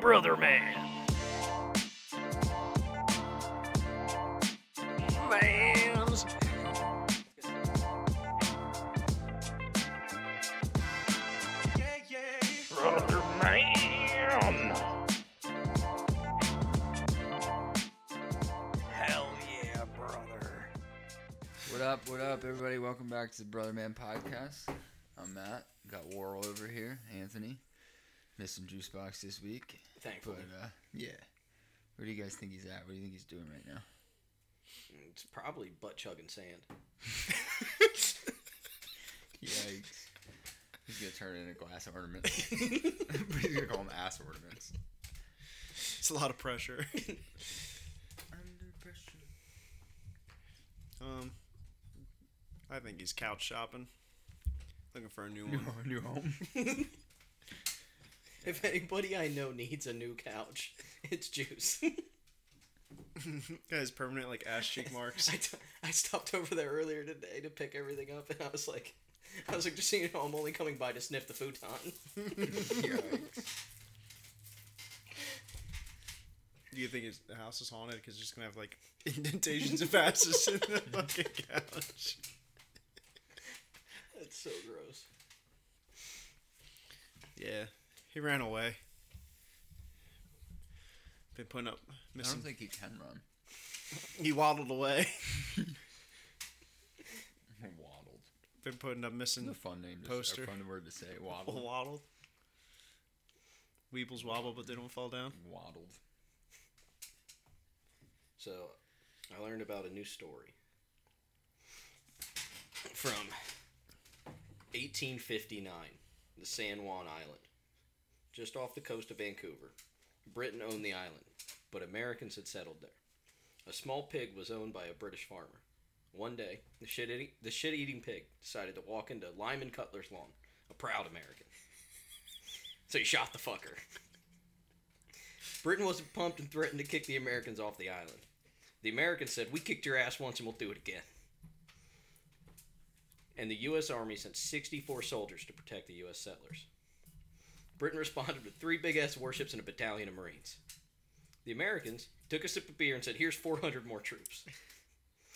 Brother Man. Mans. Brother Man. Hell yeah, brother. What up? What up, everybody? Welcome back to the Brother Man Podcast. I'm Matt. Got Warl over here. Anthony. Missed some juice box this week, but Thankfully, uh, yeah. Where do you guys think he's at? What do you think he's doing right now? it's probably butt chugging sand. Yikes! He's gonna turn it into glass ornaments. but he's gonna call them ass ornaments. It's a lot of pressure. Under pressure. Um, I think he's couch shopping, looking for a new New, one. new home. If anybody I know needs a new couch, it's Juice. Got his permanent like ass cheek marks. I, t- I stopped over there earlier today to pick everything up, and I was like, I was like, just so you know, I'm only coming by to sniff the futon. Yikes! Do you think his the house is haunted because it's just gonna have like indentations of asses in the fucking couch? That's so gross. Yeah, he ran away. Been putting up I don't missing. think he can run. he waddled away. Waddled. Been putting up It's missing. a fun name. To say, Poster. a fun word to say. Waddled. Waddled. Weebles wobble, but they don't fall down. Waddled. So, I learned about a new story from 1859, the San Juan Island, just off the coast of Vancouver. Britain owned the island, but Americans had settled there. A small pig was owned by a British farmer. One day, the shit eating, the shit eating pig decided to walk into Lyman Cutler's lawn, a proud American. So he shot the fucker. Britain wasn't pumped and threatened to kick the Americans off the island. The Americans said, We kicked your ass once and we'll do it again. And the U.S. Army sent 64 soldiers to protect the U.S. settlers. Britain responded with three big ass warships and a battalion of Marines. The Americans took a sip of beer and said, Here's 400 more troops,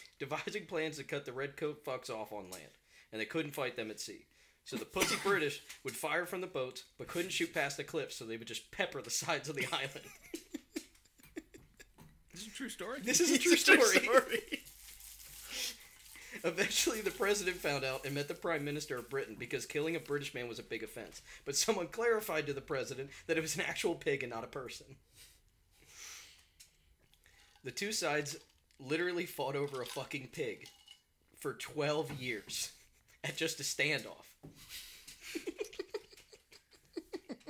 devising plans to cut the red coat fucks off on land, and they couldn't fight them at sea. So the pussy British would fire from the boats, but couldn't shoot past the cliffs, so they would just pepper the sides of the island. This is a true story. This is a true It's a true story. Eventually, the president found out and met the prime minister of Britain because killing a British man was a big offense. But someone clarified to the president that it was an actual pig and not a person. The two sides literally fought over a fucking pig for 12 years at just a standoff.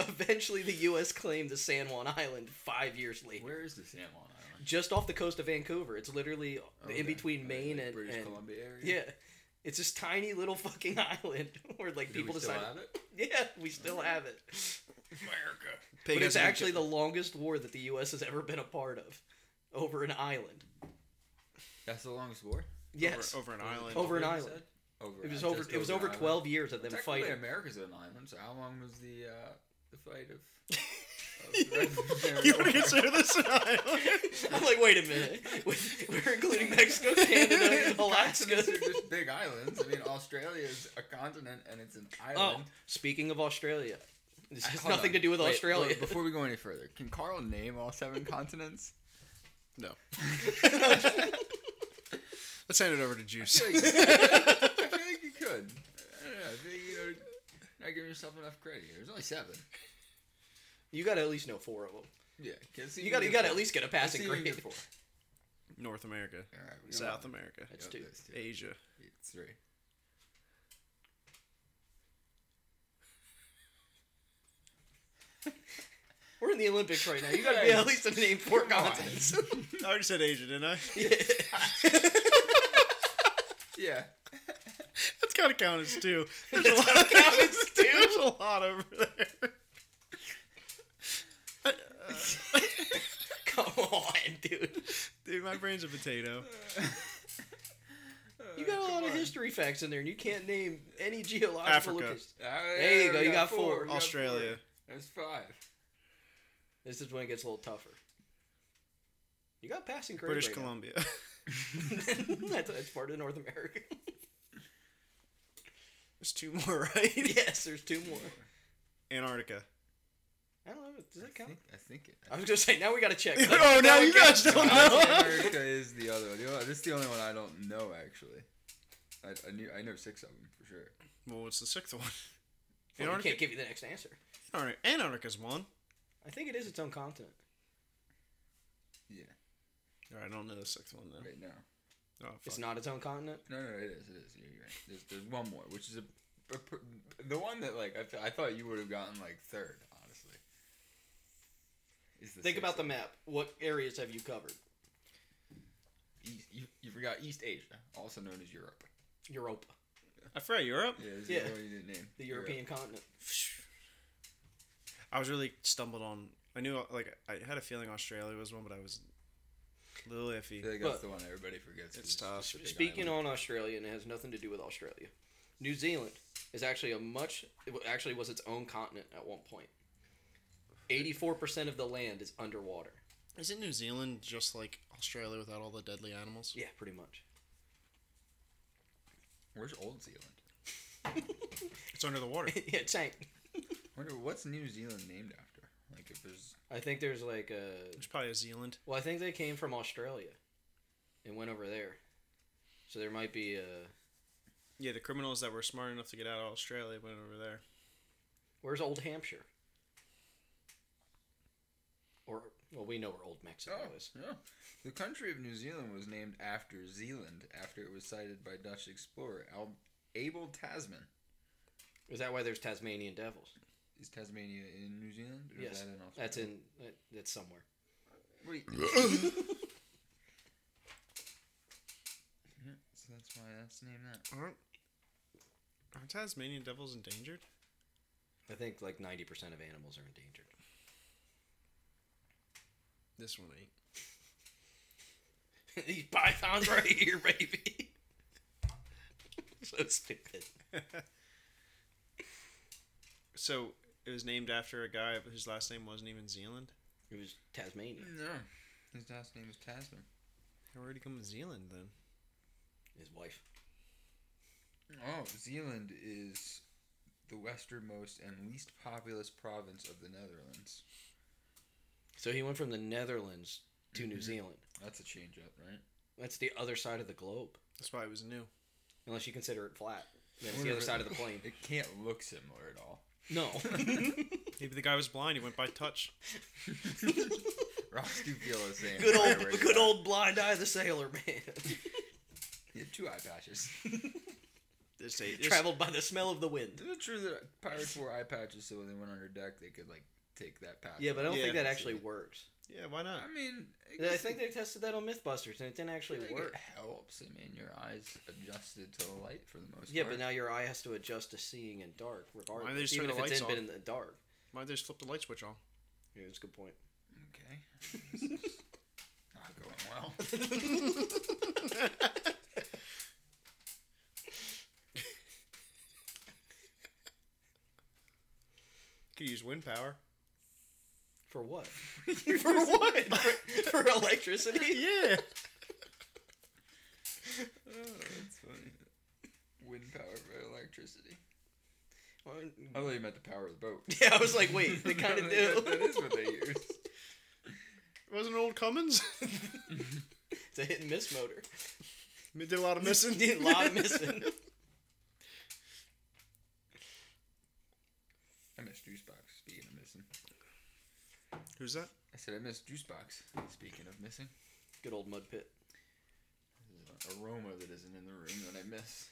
Eventually, the U.S. claimed the San Juan Island five years later Where is the San Juan Island? just off the coast of Vancouver. It's literally Okay. in Oh, between Like Maine and, British and- Columbia area. yeah. It's this tiny little fucking island where like Do people we still decide. have it? Yeah, we still have it, America. but Pig it's hasn't been actually the longest war that the U.S. has ever been a part of, over an island. That's the longest war. ki- Yes, over, over an island. Over an What island. said? Over. it was just over. It was an over island. twelve years of them Technically, fighting. America's an island. So how long was the uh, the fight of? of the Revolutionary you want War? to consider this an island? I'm like, wait a minute. With- We're including Mexico, Canada, and Alaska. Continents are just big islands. I mean, Australia is a continent and it's an Oh, island. speaking of Australia, this has Hold nothing on. to do with Wait, Australia. look, Before we go any further, can Carl name all seven continents? No. Let's hand it over to Juice. I feel like you could. I don't know. I feel like you're not giving yourself enough credit here. There's only seven. you got to at least know four of them. Yeah. let's see You if got we you can got to afford- at least get a let's see passing if we can grade. afford- North America, All right, we got South one. America, That's Yep, two. that's two. Asia. It's three. We're in the Olympics right now. You got to be at least to name four Come on. continents. I already said Asia, didn't I? Yeah. That's gotta count as two. There's a lot, there's a lot over there. Come on, dude. Dude, my brain's a potato. You got a lot of on. history facts in there, and you can't name any geological Africa. locations. All right, There you we go, you got four. we got Australia. There's five. This is when it gets a little tougher. You got passing grade. British right now. Columbia. that's, that's part of North America. There's two more, right? yes, there's two more. Antarctica. I don't know. Does that I count? think, I think it. I was gonna say now we gotta check. oh, now you guys don't Honestly, know. America is the other one. The only- This is the only one I don't know actually. I, I knew I know six of them for sure. well, what's the sixth one? Well, we Antarctica. can't give you the next answer. All right, Antarctica's one. I think it is its own continent. Yeah, All right, I don't know the sixth one though. right now. Oh, fuck. It's not its own continent. No, no, it is. It is. You're you're right. There's, there's one more, which is a, a pr- the one that like I, th- I thought you would have gotten like third, honestly. Is the Think about the sixth map. What areas have you covered? one. East, you, you forgot East Asia, also known as Europe. Europa, I forgot Europe. Yeah, this is Yeah. the one you didn't name. the Europe. European continent. I was really stumbled on. I knew like I had a feeling Australia was one, but I was a little I iffy. feel like that's But- the one everybody forgets. 'cause It's tough. just a big Speaking island. on Australia, and it has nothing to do with Australia. New Zealand is actually a much it wa- actually was its own continent at one point. Eighty-four percent of the land is underwater. Isn't New Zealand just like Australia without all the deadly animals? Yeah, pretty much. where's Old Zealand? It's under the water. yeah, tank. wonder what's New Zealand named after. Like if there's I think there's like a There's probably a Zealand. Well, I think they came from Australia and went over there. So there might be a. Yeah, the criminals that were smart enough to get out of Australia went over there. Where's Old Hampshire? Or, well, we know where Old Mexico is. yeah. The country of New Zealand was named after Zealand after it was sighted by Dutch explorer Al- Abel Tasman. Is that why there's Tasmanian devils? Is Tasmania in New Zealand? Or yes. Is that in Australia? that's in. that- That's somewhere. Wait. Yeah, so that's why that's named that. Aren't aren't Tasmanian devils endangered? I think like 90% of animals are endangered. This one ain't. These pythons right here, baby. so stupid. So it was named after a guy whose last name wasn't even Zealand. It was Tasmania. No. His last name is Tasman. How did he come to Zealand then? His wife. Oh, Zealand is the westernmost and least populous province of the Netherlands. So he went from the Netherlands to New Zealand. That's a change up, right? That's the other side of the globe. That's why it was new. unless you consider it flat. Then it's the other side of the plane. It can't look similar at all. No. Maybe the guy was blind. He went by touch. Ross Dupiola saying good right old, where he's good at. old blind eye of the sailor man. He had two eye patches. This day, this- Traveled by the smell of the wind. Is it true that pirates wore eye patches so when they went under deck they could like take that patch? Yeah, but I don't off? Yeah. think that actually works. Yeah, why not? I mean, I think they tested that on MythBusters and it didn't actually like, work. it helps. I mean, your eyes adjusted to the light for the most Yeah, part. but now your eye has to adjust to seeing in dark, Why they regardless. just Even turn if the it's in, lights been in on? the dark. Why they just flip the light switch on? Yeah, that's a good point. okay, This is not going well. Could use wind power. For what? for what? For, for electricity? yeah. oh, that's funny. Wind power for electricity. I thought you meant the power of the boat. Yeah, I was like, wait, they kind of That- that do. is what they use. Wasn't it old Cummins? It's a hit and miss motor. Did a lot of missing. Did a lot of missing. I missed Juicebox. Speaking of missing, Who's that? I said I missed Juicebox. Speaking of missing. Good old mud pit. There's an aroma that isn't in the room that I miss.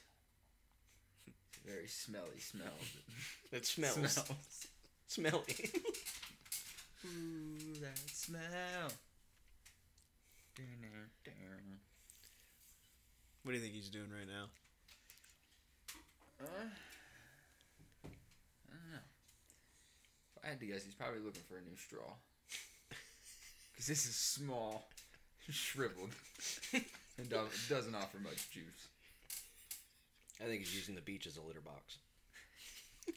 It's a very smelly smell. It that smells. Smelly. Ooh, that smell. Dun-dun-dun. What do you think he's doing right now? Uh, I don't know. If I had to guess, he's probably looking for a new straw. Because this is small, shriveled, and um, do- doesn't offer much juice. I think he's using the beach as a litter box. He's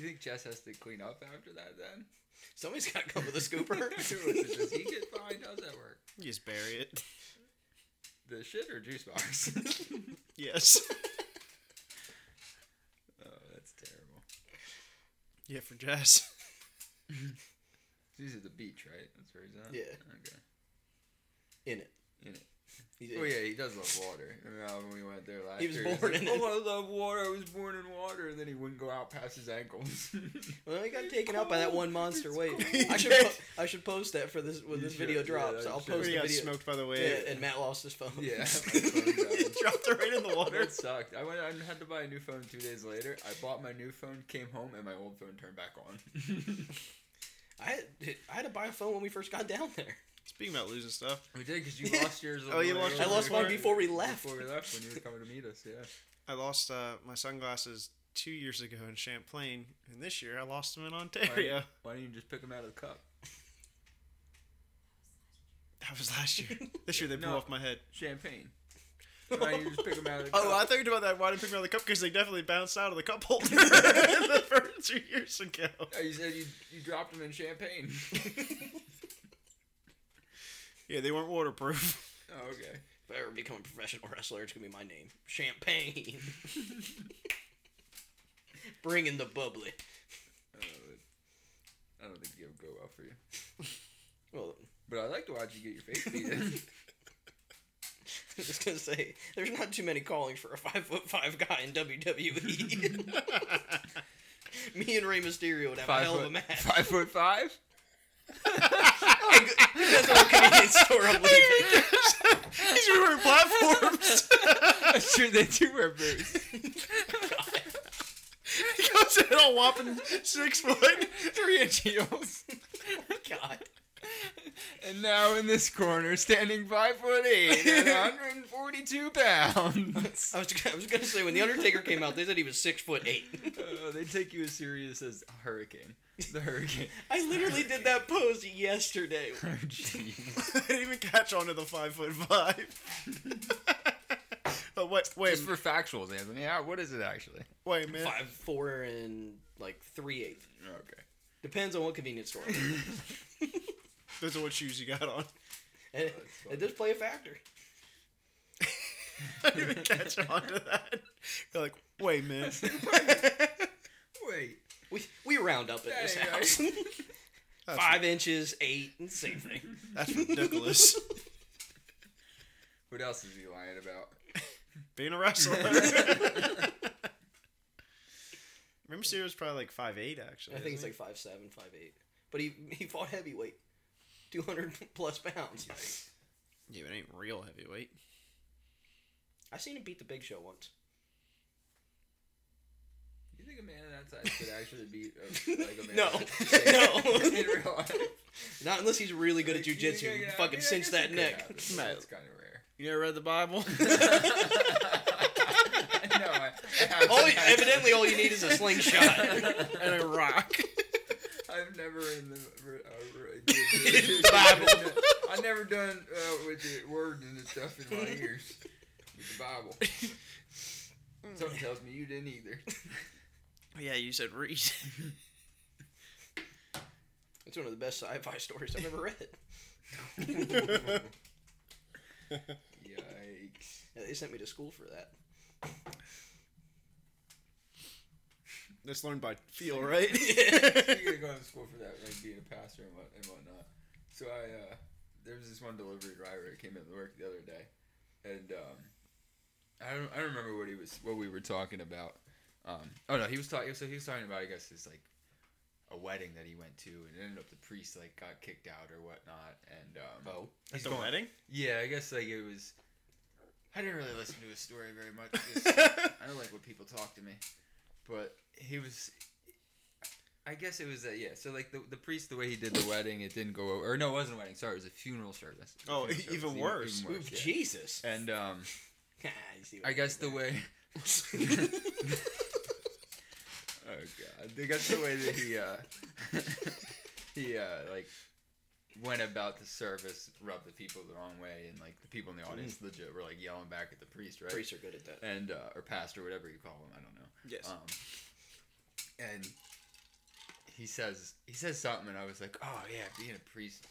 you think Jess has to clean up after that then? Somebody's got to come with a scooper. Or does he get fined? How's that work? You just bury it. The shit or juice box? Yes. oh, that's terrible. Yeah, for Jess. He's at the beach, right? That's where he's at. Yeah. Okay. in it. In it. He's Oh yeah, he does love water. Remember when we went there last He was year? he's born like, in it. oh, I love water. I was born in water, and then he wouldn't go out past his ankles. Well, he got It's taken out by that cold. one monster It's wave. cold. I should Yeah. po- I should post that for this when You this should, video yeah, drops. you I'll should. post He the got video. smoked by the Yeah, wave. and Matt lost his phone. Yeah, my phone died. He dropped it right in the water. It sucked. I went. I had to buy a new phone two days later. I bought my new phone, came home, and my old phone turned back on. I had, I had to buy a phone when we first got down there. Speaking about losing stuff, we did because you Yeah. lost yours. Oh, you when lost we yours were- I lost mine before we left. Before we left, when you were coming to meet us, yeah. I lost uh, my sunglasses two years ago in Champlain, and this year I lost them in Ontario. Why didn't you just pick them out of the cup? That was last year. This year they blew No. off my head. Champagne. Why didn't you just pick them out of the cup? Oh, I think about that. Why didn't pick me out of the cup? Because they definitely bounced out of the cup holder the first two years ago. Oh, you said you you dropped them in champagne. Yeah, they weren't waterproof. oh, okay. If I ever become a professional wrestler, it's gonna be my name, Champagne. Bringing the bubbly. I don't, know, but I don't think it would go well for you. Well, But I like to watch you get your face beaten. I was just gonna say, there's not too many callings for a five foot five guy in WWE. Me and Rey Mysterio would have a hell of a match. Five foot five. That's our convenience store. I'm leaving. These were wearing platforms. That's true. They do wear boots. he goes in a whopping six foot. Three inch heels. God. And now in this corner, standing five foot eight and 142 pounds. I was, I was gonna say when the Undertaker came out, they said he was six foot eight. Uh, they take you as serious as a hurricane. The hurricane. I literally did that pose yesterday. Oh, jeez. I didn't even catch on to the five foot five. but wait, wait, Just for factuals, Anthony. How- What is it actually? wait a minute. Five four and like three eighth. Okay. Depends on what convenience store. I'm in. Those are what shoes you got on. And it does play a factor. I didn't even catch on to that. You're like, wait a minute. Wait. We we round up at this Dang, right? house. That's, Five inches, eight, and same thing. That's ridiculous. What else is he lying about? Being a wrestler. Remember, Mysterio's probably like five eight actually. I think it's isn't like five seven, five eight. But he he fought heavyweight, two hundred plus pounds. he? Yeah, but it ain't real heavyweight. I seen him beat the Big Show once. You think a man of that size could actually beat a, like a man? No. that size in No. real life? Not unless he's really good Like, at you jujitsu think I- and I fucking mean, I cinch guess it that could neck. happen, but No. That's kind of rare. You never read the Bible? no, I, I have All, evidently, all you need is a slingshot. and a rock. I've never in the. Uh, the Bible. I've never done uh, with the words and the stuff in my ears. With the Bible. Something tells me you didn't either. Yeah, you said read. It's one of the best sci-fi stories I've ever read. Yikes. Yeah, they sent me to school for that. That's learned by feel, right? Speaking of going to school for that, like being a pastor and, what, and whatnot. So I, uh, there was this one delivery driver that came into work the other day, and um, I don't, I don't remember what he was, what we were talking about. Um, oh no, he was talking. So he was talking about, I guess, this like a wedding that he went to, and it ended up the priest like got kicked out or whatnot, and um, Oh, At he's the going- wedding? Yeah, I guess like it was. I didn't really listen to his story very much. 'cause I don't like when people talk to me. But he was. I guess it was that yeah. So like the the priest, the way he did the wedding, it didn't go over. Or no, it wasn't a wedding. Sorry, it was a funeral service. It was a Oh, funeral e- even worse. Ooh, yeah. Jesus! And um, Ah, you see what I did guess the there. way. Oh god, I guess the way that he uh, he uh, like went about the service rubbed the people the wrong way, and like the people in the audience Mm. legit were like yelling back at the priest, right? uh, priests are good at that. and uh, or pastor, whatever you call him, I don't know. Yes. Um, and he says he says something, and I was like, oh yeah, being a priest.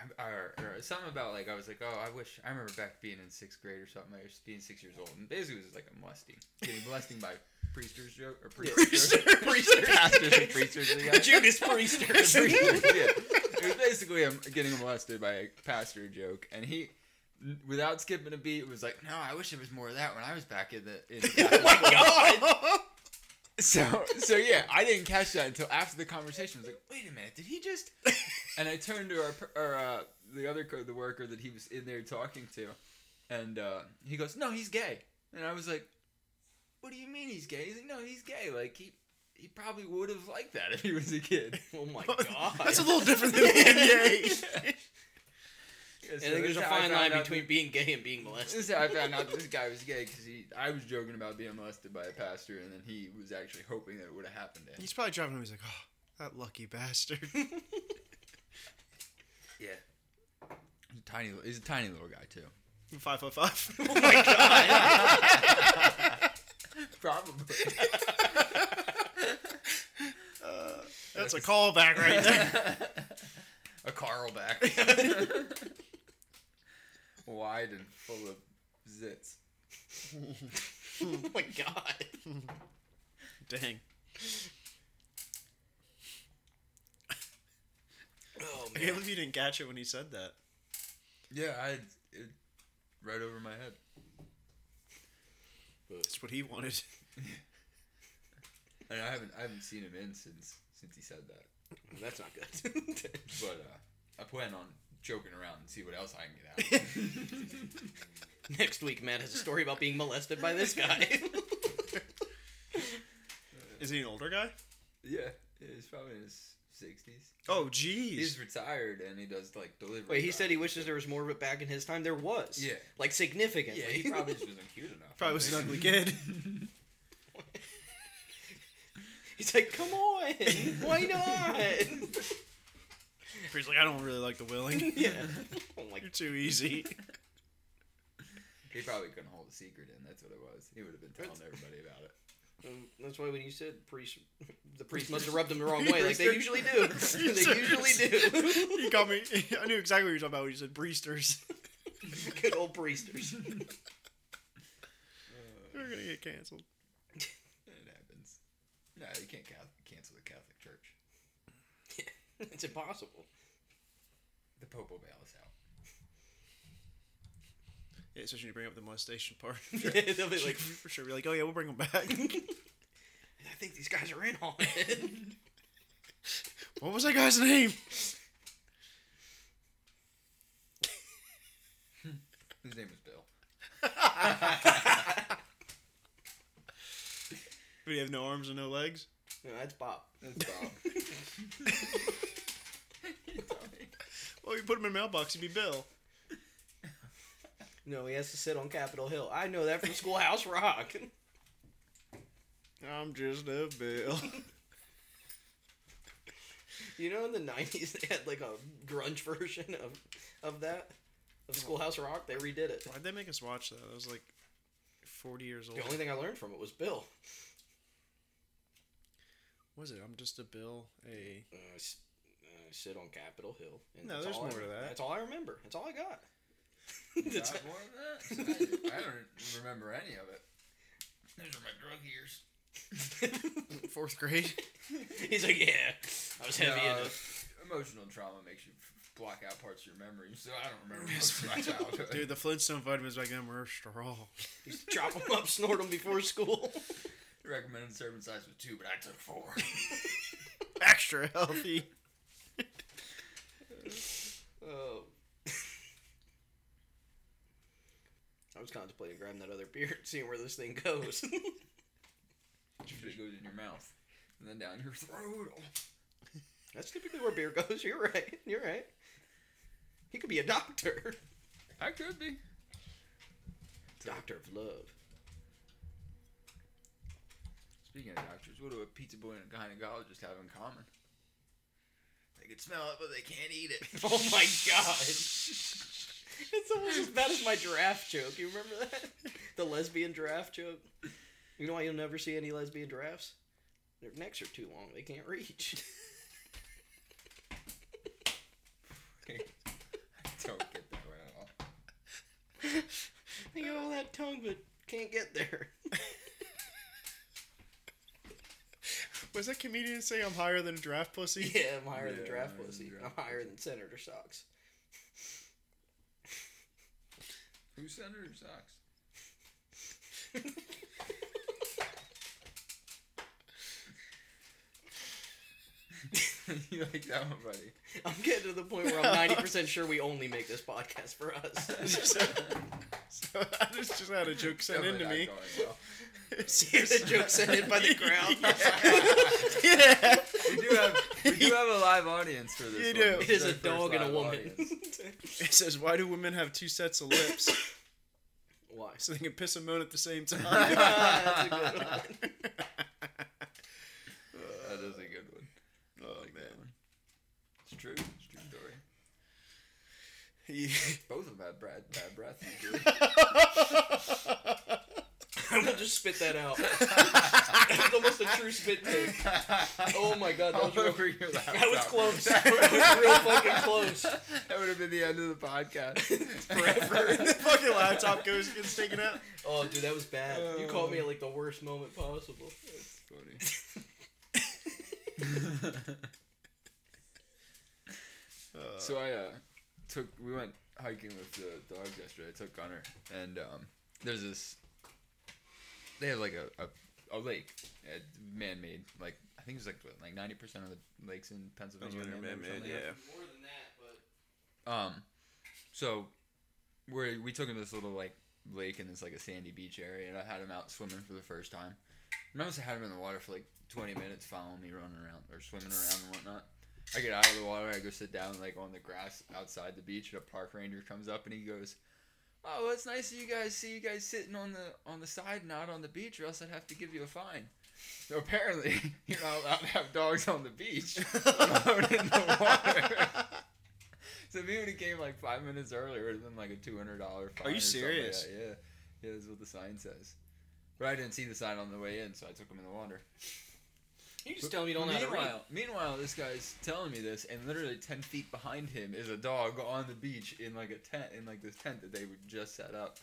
I'm, or, or something about like I was like, oh, I wish I remember back being in sixth grade or something, or just being six years old, and basically it was like a musting, getting molesting by priesters joke or priesters, Priesters. priesters, pastors and priesters. they got- Judas Priest. yeah. It was basically um, getting molested by a pastor joke, and he, n- without skipping a beat, was like, "No, I wish it was more of that when I was back in the." In the so so yeah, I didn't catch that until after the conversation. I was like, "Wait a minute, did he just?" And I turned to our, per- our uh, the other co- the worker that he was in there talking to, and uh, he goes, "No, he's gay," and I was like, "What do you mean he's gay?" He's like, "No, he's gay. Like he." He probably would have liked that if he was a kid. Oh my god. That's a little different than being gay. Yeah, I so think there's a E that's how I fine found line out between being gay and being that- molested. This is how I found out this guy was gay because he. I was joking about being molested by a pastor, and then he was actually hoping that it would have happened to him. He's probably driving home. He's like, oh, that lucky bastard. He's a tiny. li- He's a tiny little guy too. Five foot five. Oh my Probably. That's a callback right there. a Carl back. Oh Wide and full of zits. oh my god. Dang. Oh I man. can't believe you didn't catch it when he said that. Yeah, I. It, right over my head. That's what he wanted. And I haven't. I haven't seen him in since since he said that. That's not good. But uh, I plan on joking around and see what else I can get out. of it. Next week, Matt has a story about being molested by this guy. Is he an older guy? yeah, he's probably in his sixties. Oh, jeez. He's retired and he does like delivery. Wait, he said he drivers. wishes there was more of it back in his time. There was. Yeah. Like significantly. Yeah, he probably just wasn't cute enough. probably was an ugly kid. He's like, come on, why not? He's like, I don't really like the willing. yeah. I'm like, You're too easy. He probably couldn't hold a secret in. That's what it was. He would have been telling everybody about it. um, that's why when you said priest, the priest must have rubbed them the wrong way, like they usually do. they usually do. you got me. I knew exactly what you were talking about when you said priesters. Good old priesters. We're gonna get canceled. It happens. No, you can't Catholic, cancel the Catholic Church. it's impossible. The Pope will bail us out. Yeah, especially when you bring up the molestation part. Yeah, they'll be like, for sure. Be like, oh yeah, we'll bring them back. I think these guys are in on it. what was that guy's name? His name was Bill. But he have no arms and no legs. no, that's Bob. That's Bob. Well, you put him in a mailbox, he'd be Bill. No, he has to sit on Capitol Hill. I know that from Schoolhouse Rock. I'm just a Bill. You know, in the '90s, they had like a grunge version of of that of Schoolhouse Rock. They redid it. Why'd they make us watch that? I was like 40 years old. The only thing I learned from it was Bill. What was it? I'm just a Bill. A. Uh, s- uh, sit on Capitol Hill. And No, that's there's all I- more to that. That's all I remember. That's all I got. You That's- got more of that? I don't remember any of it. Those are my drug years. Fourth grade. He's like, yeah, I was heavy No, into. Emotional trauma makes you block out parts of your memory, so I don't remember most of my childhood. Dude, the Flintstone vitamins back then were strong. Just chop them up, snort them before school. The recommended serving size was two, but I took four. Extra healthy. Oh. I was contemplating grabbing that other beer and seeing where this thing goes. it goes in your mouth and then down your throat. That's typically where beer goes. You're right. You're right. He could be a doctor. I could be. Doctor of love. Speaking of doctors, what do a pizza boy and a gynecologist have in common? They can smell it, but they can't eat it. Oh my god. It's almost as bad as my giraffe joke. You remember that? The lesbian giraffe joke? You know why you'll never see any lesbian giraffes? Their necks are too long. They can't reach. Don't get that one at all. They got all that tongue, but can't get there. Was that comedian say I'm higher than a draft pussy? yeah, I'm higher than Yeah, draft I'm higher pussy. than I'm draft higher than senator socks. Who sent her socks? you like that one, buddy? I'm getting to the point where I'm 90% sure we only make this podcast for us. so, so I just, just had a joke sent Definitely into not me. going well. Here's a joke sent in by the crowd. yeah. We do have we do have a live audience for this. one. You do. This It is our a first dog and a live woman. audience. It says, "Why do women have two sets of lips Why? so they can piss and moan at the same time?" That's a good one. That is a good one. oh Like that man, one. It's true. It's true story. Both of them had bad, bad breath. usually. I will just spit that out. It's almost a true spit take. Oh my god, that was All real. over your That was laptop. close. That was real fucking close. That would have been the end of the podcast. Forever. the fucking laptop goes gets taken out. Oh, dude, that was bad. You Uh. caught me at like the worst moment possible. Uh, so I uh, took we went hiking with the dogs yesterday. I took Gunner and um, there's this. They have like a, a, a lake, uh, man-made. Like I think it's like what, like ninety percent of the lakes in Pennsylvania are man-made. or something like that. More than that, but Um, so we we took him to this little like lake and it's like a sandy beach area, and I had him out swimming for the first time. And I must have had him in the water for like 20 minutes, following me running around or swimming around and whatnot. I get out of the water, I go sit down like on the grass outside the beach, and a park ranger comes up and he goes. Oh, well, it's nice of you guys see you guys sitting on the on the side, not on the beach, or else I'd have to give you a fine. So apparently, you're not allowed to have dogs on the beach, alone in the water. So if he would have came like five minutes earlier, it would have been like a two hundred dollar fine. you or something like serious? that. yeah, yeah, that's what the sign says. But I didn't see the sign on the way in, so I took him in the water. you just tell me you don't know how to read. meanwhile, meanwhile, this guy's telling me this, and literally ten feet behind him is a dog on the beach in like a tent, in like this tent that they would just set up.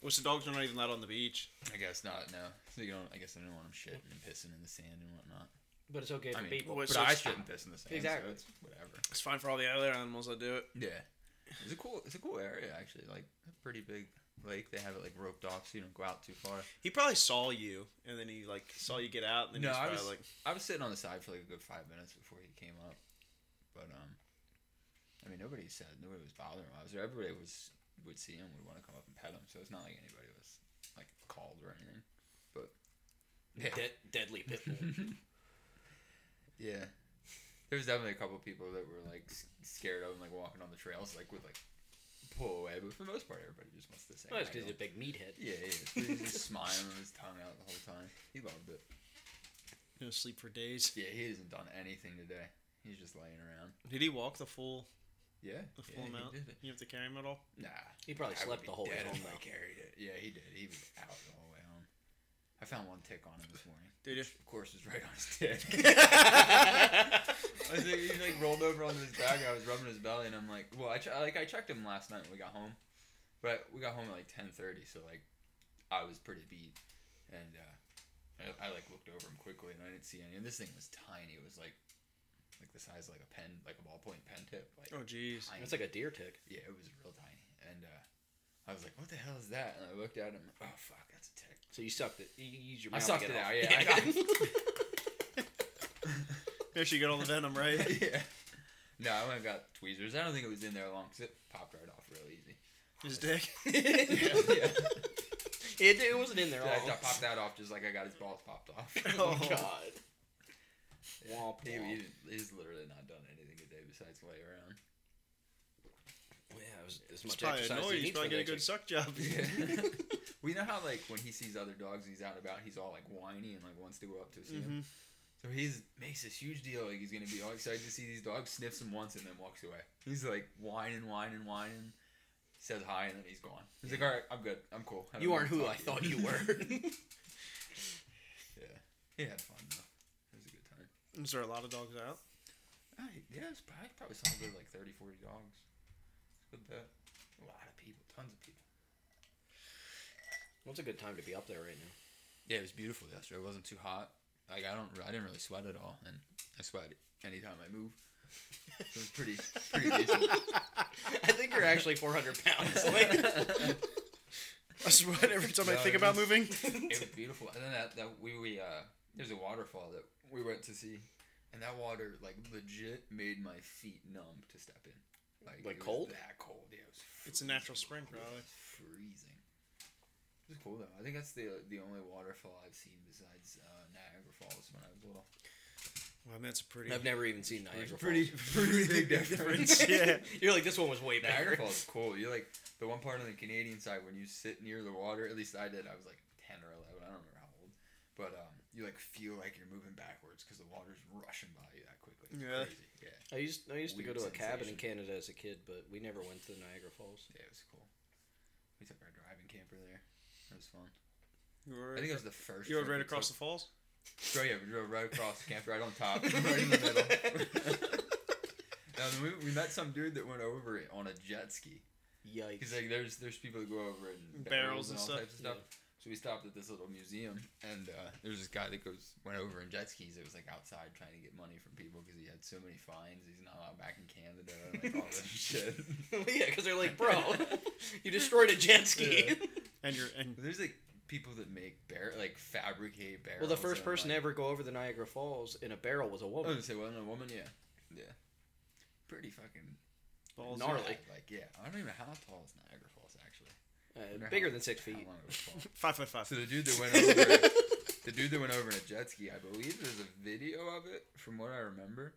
Which the dogs are not even allowed on the beach. I guess not. No, so you don't. I guess I don't want them shitting and pissing in the sand and whatnot. But it's okay for I mean, people. Well, But so I it's- shit and piss in the sand. Exactly. So it's whatever. It's fine for all the other animals that do it. Yeah, it's a cool. It's a cool area actually. Like a pretty big lake. They have it like roped off, so you don't go out too far. He probably saw you, and then he like saw you get out, and then No, he's I probably was- like, I was sitting on the side for like a good five minutes before he came up, but um, I mean nobody said nobody was bothering him. I was there. Everybody was would see him would want to come up and pet him. So it's not like anybody was like called or anything. But yeah, De- deadly pit bull. yeah. There was definitely a couple people that were like s- scared of him, like walking on the trails, like would like pull away. But for the most part, everybody just wants to say. Well, that's hi to because he's a him. big meathead. yeah, yeah. He was just smiling with his tongue out the whole time. He loved it. "No sleep for days." Yeah, he hasn't done anything today. He's just laying around. Did he walk the full Yeah, the yeah, full he amount? did it. You have to carry him at all. Nah. He probably I would slept be the whole way dead home, if I though. carried it. Yeah, he did. He was out the whole way home. I found one tick on him this morning. Did you? Of course, it's right on his dick. I was like, he like rolled over onto his back. and I was rubbing his belly, and I'm like, well, I ch- like I checked him last night when we got home, but we got home at like 10:30, so like I was pretty beat, and uh, I, I like looked over him quickly, and I didn't see any. And this thing was tiny. It was like like the size of like a pen, like a ballpoint pen tip. Like Oh, jeez. tiny. That's like a deer tick. Yeah, it was real tiny. And uh, I was like, what the hell is that? And I looked at him, oh, fuck, that's a tick. So you sucked it. You you used your I mouth sucked to get it off. out, yeah, I Make sure you get all the venom, right? yeah. No, I went and got tweezers. I don't think it was in there long because it popped right off real easy. His dick. Yeah. yeah. it, it wasn't in there. So I all. just popped that off just like I got his balls popped off. Oh, Oh. God. Womp He, womp. he, he's literally not done anything today besides lay around. Yeah, it was as He's much probably exercise as annoyed. he He's needs for the probably getting a next good suck job. we know how like when he sees other dogs and he's out and about, he's all like whiny and like wants to go up to see Mm-hmm. Mm-hmm. him. So he's makes this huge deal like he's gonna be all excited to see these dogs, sniffs them once, and then walks away. He's like whining, whining, whining. Says hi and then he's gone. He's like, all right, I'm good, I'm cool. I don't week. You need aren't to who talk I to thought you were. yeah, he had fun though. Is there a lot of dogs out? I, yeah, it's probably, probably something good like 30, 40 dogs. Good bet. A lot of people, tons of people. Well, it's a good time to be up there right now. Yeah, it was beautiful yesterday. It wasn't too hot. Like I don't, I didn't really sweat at all, and I sweat anytime I move. So it was pretty, pretty decent. I think you're actually 400 pounds. Like, I sweat every time I No, think it about was- moving. it was beautiful. And then that, that we we uh there's a waterfall that we went to see, and that water like legit made my feet numb to step in. Like, Like it was cold? That cold. Yeah, it was It's a natural spring, probably. freezing. It was cool though. I think that's the the only waterfall I've seen besides uh, Niagara Falls when I was little. Well, that's a pretty. I've never even seen Niagara pretty pretty big difference. Falls. yeah. You're like, this one was way Niagara better. Falls is cool. You like the one part on the Canadian side when you sit near the water. At least I did. I was like ten or eleven. I don't remember how old, but um, you like feel like you're moving backwards because the water's rushing by you that quickly. It's Yeah. crazy. Yeah, I used I used to go Weird to a cabin in sensation. Canada as a kid, but we never went to Niagara Falls. yeah, it was cool. We took our driving camper there. That was fun. You were, I think it was the first. you were trip right we across the took. falls? Oh yeah, we drove right across the camp, right on top, right in the middle. Now, we, we met some dude that went over it on a jet ski. Yikes! Because like there's there's people that go over in barrels, Barrels and and all stuff, types of stuff. So we stopped at this little museum, and uh, there's this guy that goes went over in jet skis. It was like outside trying to get money from people because he had so many fines. He's not allowed back in Canada, and, like all this shit. Well, yeah, because they're like, bro, you destroyed a jet ski. Yeah. And you're and But there's like people that make bear like fabricate barrels. Well, the first and, person to like, ever go over the Niagara Falls in a barrel was a Oh, woman. you say wasn't a woman? Yeah, yeah. Pretty fucking falls. Gnarly. bad, Like yeah, I don't even know how tall is Niagara Falls actually. I wonder Uh, how- bigger than six how feet. long it would fall. Five five five. So the dude that went over, the dude that went over in a jet ski, I believe there's a video of it, from what I remember,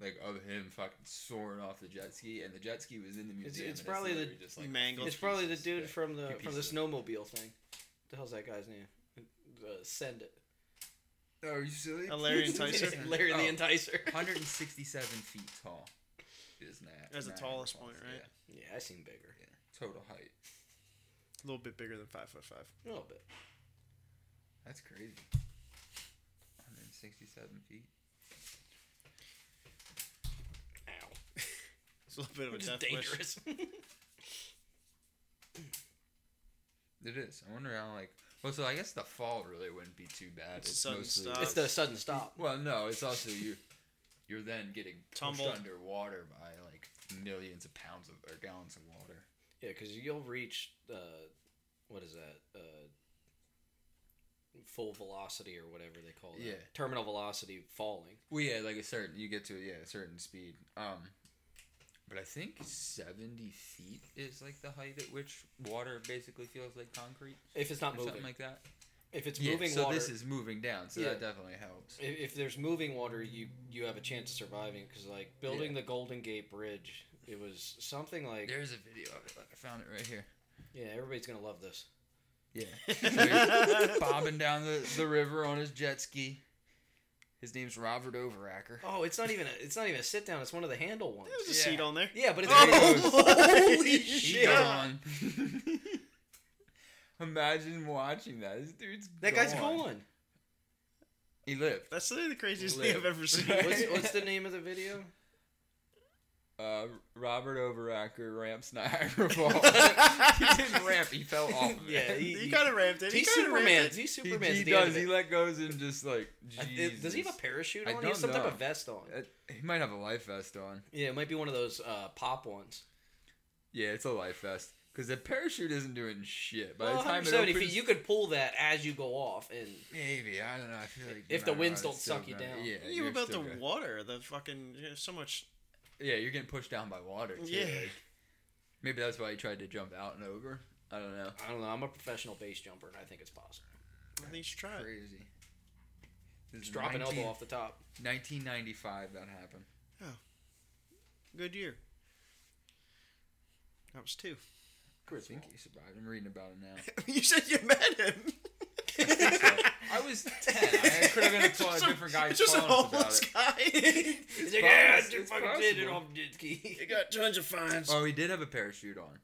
like of him fucking soaring off the jet ski, and the jet ski was in the museum. It's- and it's probably the- literally just, mangled It's probably the pieces, dude yeah. from the Few from the pieces. snowmobile thing. The hell's that guy's name? Uh, send it. Oh, are you silly? A Larry Enticer. Larry the Oh. Enticer. 167 feet tall. Is that That's the tallest point, right? Yeah, Yeah, I seen bigger. yeah. Total height. a little bit bigger than five five five. A little bit. That's crazy. 167 feet. Ow. It's a little bit of a Which is death wish. dangerous. It is. I wonder how like. Well, so I guess the fall really wouldn't be too bad. It's sudden mostly- stop. it's the sudden stop. Well, no, it's also you. You're then getting tumbled Tumbled. pushed underwater by like millions of pounds of or gallons of water. Yeah, because you'll reach uh, what is that? Uh, full velocity or whatever they call it. Yeah. Terminal velocity falling. Well, yeah, like a certain you get to yeah a certain speed. Um, but I think seventy feet is like the height at which water basically feels like concrete If it's or not moving. something like that. if it's yeah, moving so water. this is moving down, so Yeah. that definitely helps. if, if there's moving water, you you have a chance of surviving because like building the Golden Gate Bridge, it was something like There's a video of it. Look, I found it right here. yeah, everybody's gonna love this. Yeah. So he's bobbing down the, the river on his jet ski. His name's Robert Overacker. Oh, it's not even a, it's not even a sit down. It's one of the handle ones. There's a Yeah. seat on there. Yeah, but it's There it oh, goes. holy He shit. gone. Imagine watching that. This dude's That guy's gone. He lived. That's literally the craziest Live. thing I've ever seen. Right. What's, what's the name of the video? Uh, Robert Overacker ramps Niagara Falls. he didn't ramp. He fell off. Of it. Yeah, he- he kind of ramped it. He He's kinda ramped Superman. it. He's he, Superman. he at the does. End He of let goes and just like it. I- it- Jesus. Does he have a parachute I on? He has don't some type know. of vest on. It- He might have a life vest on. Yeah, it might be one of those uh, pop ones. Yeah, it's a life vest. Because the parachute isn't doing shit. By Well, the time it 170 opens, feet, you could pull that as you go off, and maybe I don't know. I feel like If no the matter winds what, don't it's still suck you gonna- down. Yeah, You you're about the still gonna- water, the fucking you know, so much. Yeah, you're getting pushed down by water. Too. Yeah. like, maybe that's why he tried to jump out and over. I don't know. I don't know. I'm a professional base jumper, and I think it's possible. I think you should try it. Crazy. This Just is drop an 19 elbow off the top. 1995 that happened. Good year. That was two. I think he survived. I'm reading about it now. you said you met him. I was 10. I could have been a call- a different guy It's just a calling us about homeless it. guy. He's like, like, "Yeah, I yeah, possible. did It's fucking possible. did did it it off on He got tons of fines. Oh, he did have a parachute on.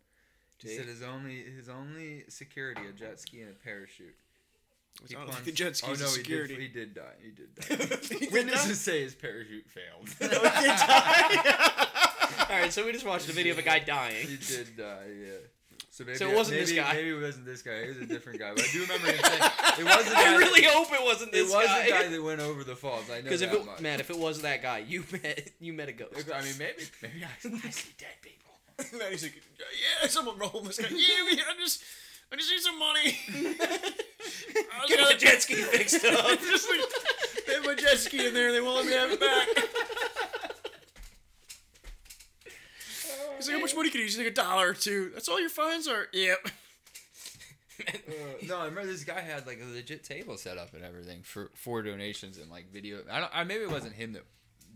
He Did said his only his only security a jet ski and a parachute. It's He not like plunged- the jet skis Oh is no, he did, security. he did die. He did die. He did not- Witnesses say his parachute failed. No, he did die. All right, so we just watched a video of a guy he dying. did die. Yeah. So maybe So it wasn't maybe, this guy. Maybe it wasn't this guy. It was a different guy. But I do remember him saying it was. A guy I really hope it wasn't It this was guy. the guy that went over the falls. I know Because that if it, much. man, if it was that guy, you met you met a ghost. I mean, maybe maybe I, I see dead people. And then he's like, yeah, someone roll this guy. Yeah, we, I just, I just need some money. I was Get gonna- the jet ski fixed up. just like, they have my jet ski in there. They won't let me have it back. He's like, how much money can you? use? He's like a dollar or two. That's all your fines are. Yep. Uh, no, I remember this guy had like a legit table set up and everything for for donations and like video. I don't. I maybe it wasn't him that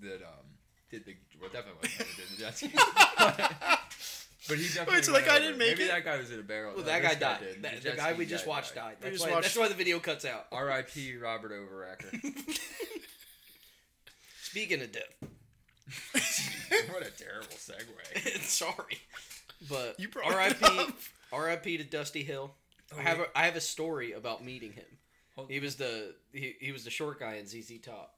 that um did the. Well, definitely wasn't him that did the jet ski. But he definitely. Wait, so that went guy over. didn't make Maybe it? that guy was in a barrel. Well, No, that this guy died. did. That, the jet guy ski we just guy watched died. died. That's, just why, watched- that's why the video cuts out. R.I.P. Robert Overacker. Speaking of death, what a terrible segue. sorry, but You brought it R.I.P. up. R.I.P. to Dusty Hill. I have a, I have a story about meeting him. Oh, Hold- He was the he, he was the short guy in ZZ Top.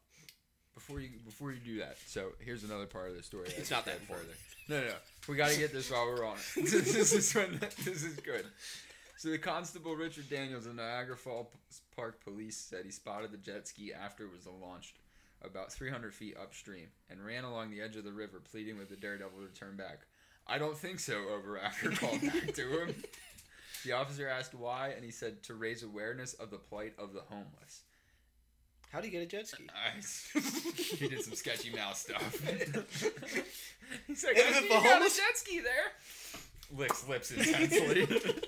Before you before you do that, so here's another part of the story. It's not that further. No, no, no. We got to get this while we're on it. this is when this is good. So the constable Richard Daniels of Niagara Falls Park Police said he spotted the jet ski after it was launched about 300 feet upstream and ran along the edge of the river, pleading with the daredevil to turn back. I don't think so, Overacker called back to him. The officer asked why, and he said to raise awareness of the plight of the homeless. How do you get a jet ski? I, he did some sketchy mouse stuff. He's like, If "I the see you got a homeless- jet ski there. Licks lips intensely.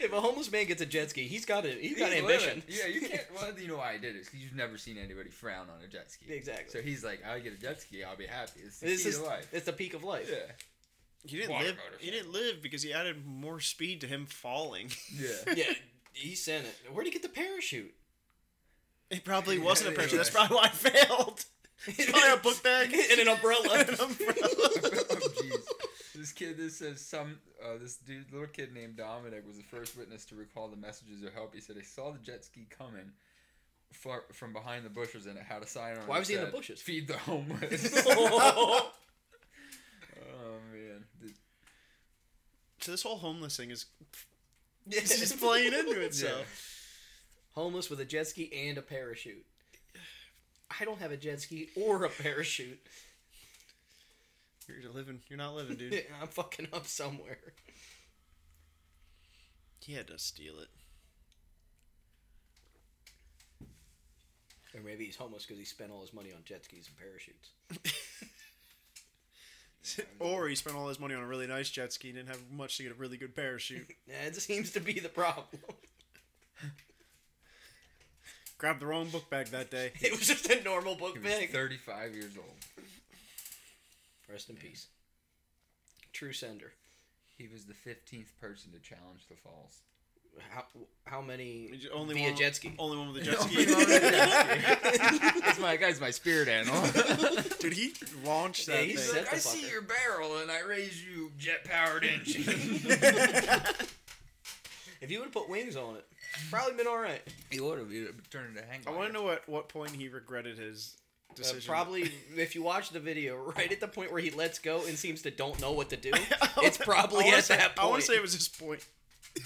If a homeless man gets a jet ski, he's got a he's got He's ambition. living. Yeah, you can't. Well, you know why I did it? Because you've never seen anybody frown on a jet ski. Exactly. So he's like, I get a jet ski, I'll be happy. It's the This key is to life. it's the peak of life. Yeah. He didn't Water live. motorcycle. He didn't live because he added more speed to him falling. Yeah. Yeah, he sent it. Where'd he get the parachute? It probably wasn't a Yeah, parachute. That's anyway. probably why I failed. It's probably a book bag and an umbrella. and an umbrella. oh, jeez. This kid, this says some, uh, this dude, little kid named Dominic was the first witness to recall the messages of help. He said, I saw the jet ski coming far, from behind the bushes and it had a sign on it. Why that was he in the said, bushes? Feed the homeless. Oh. Oh man, Th- So this whole homeless thing is it's just playing into itself. Homeless with a jet ski and a parachute. I don't have a jet ski or a parachute. You're living. You're not living, dude. I'm fucking up somewhere. He had to steal it. Or maybe he's homeless because he spent all his money on jet skis and parachutes. or he spent all his money on a really nice jet ski and didn't have much to get a really good parachute. That seems to be the problem. Grabbed the wrong book bag that day. It was just a normal book he was bag. thirty-five years old. Rest in peace. True sender. He was the fifteenth person to challenge the falls. How how many The Only via one, jet ski? Only one with a jet Only one with a jet ski. That's my guy's my spirit animal. Dude, he launched that Yeah, he's thing. set the fucker. barrel and I raise you jet-powered engine. If you would have put wings on it, probably been all right. Uh, he would have turned into hang. I want to know at what point he regretted his Uh, decision. probably, if you watch the video, right at the point where he lets go and seems to don't know what to do, it's probably I wanna at say- that I want point. to say it was this point.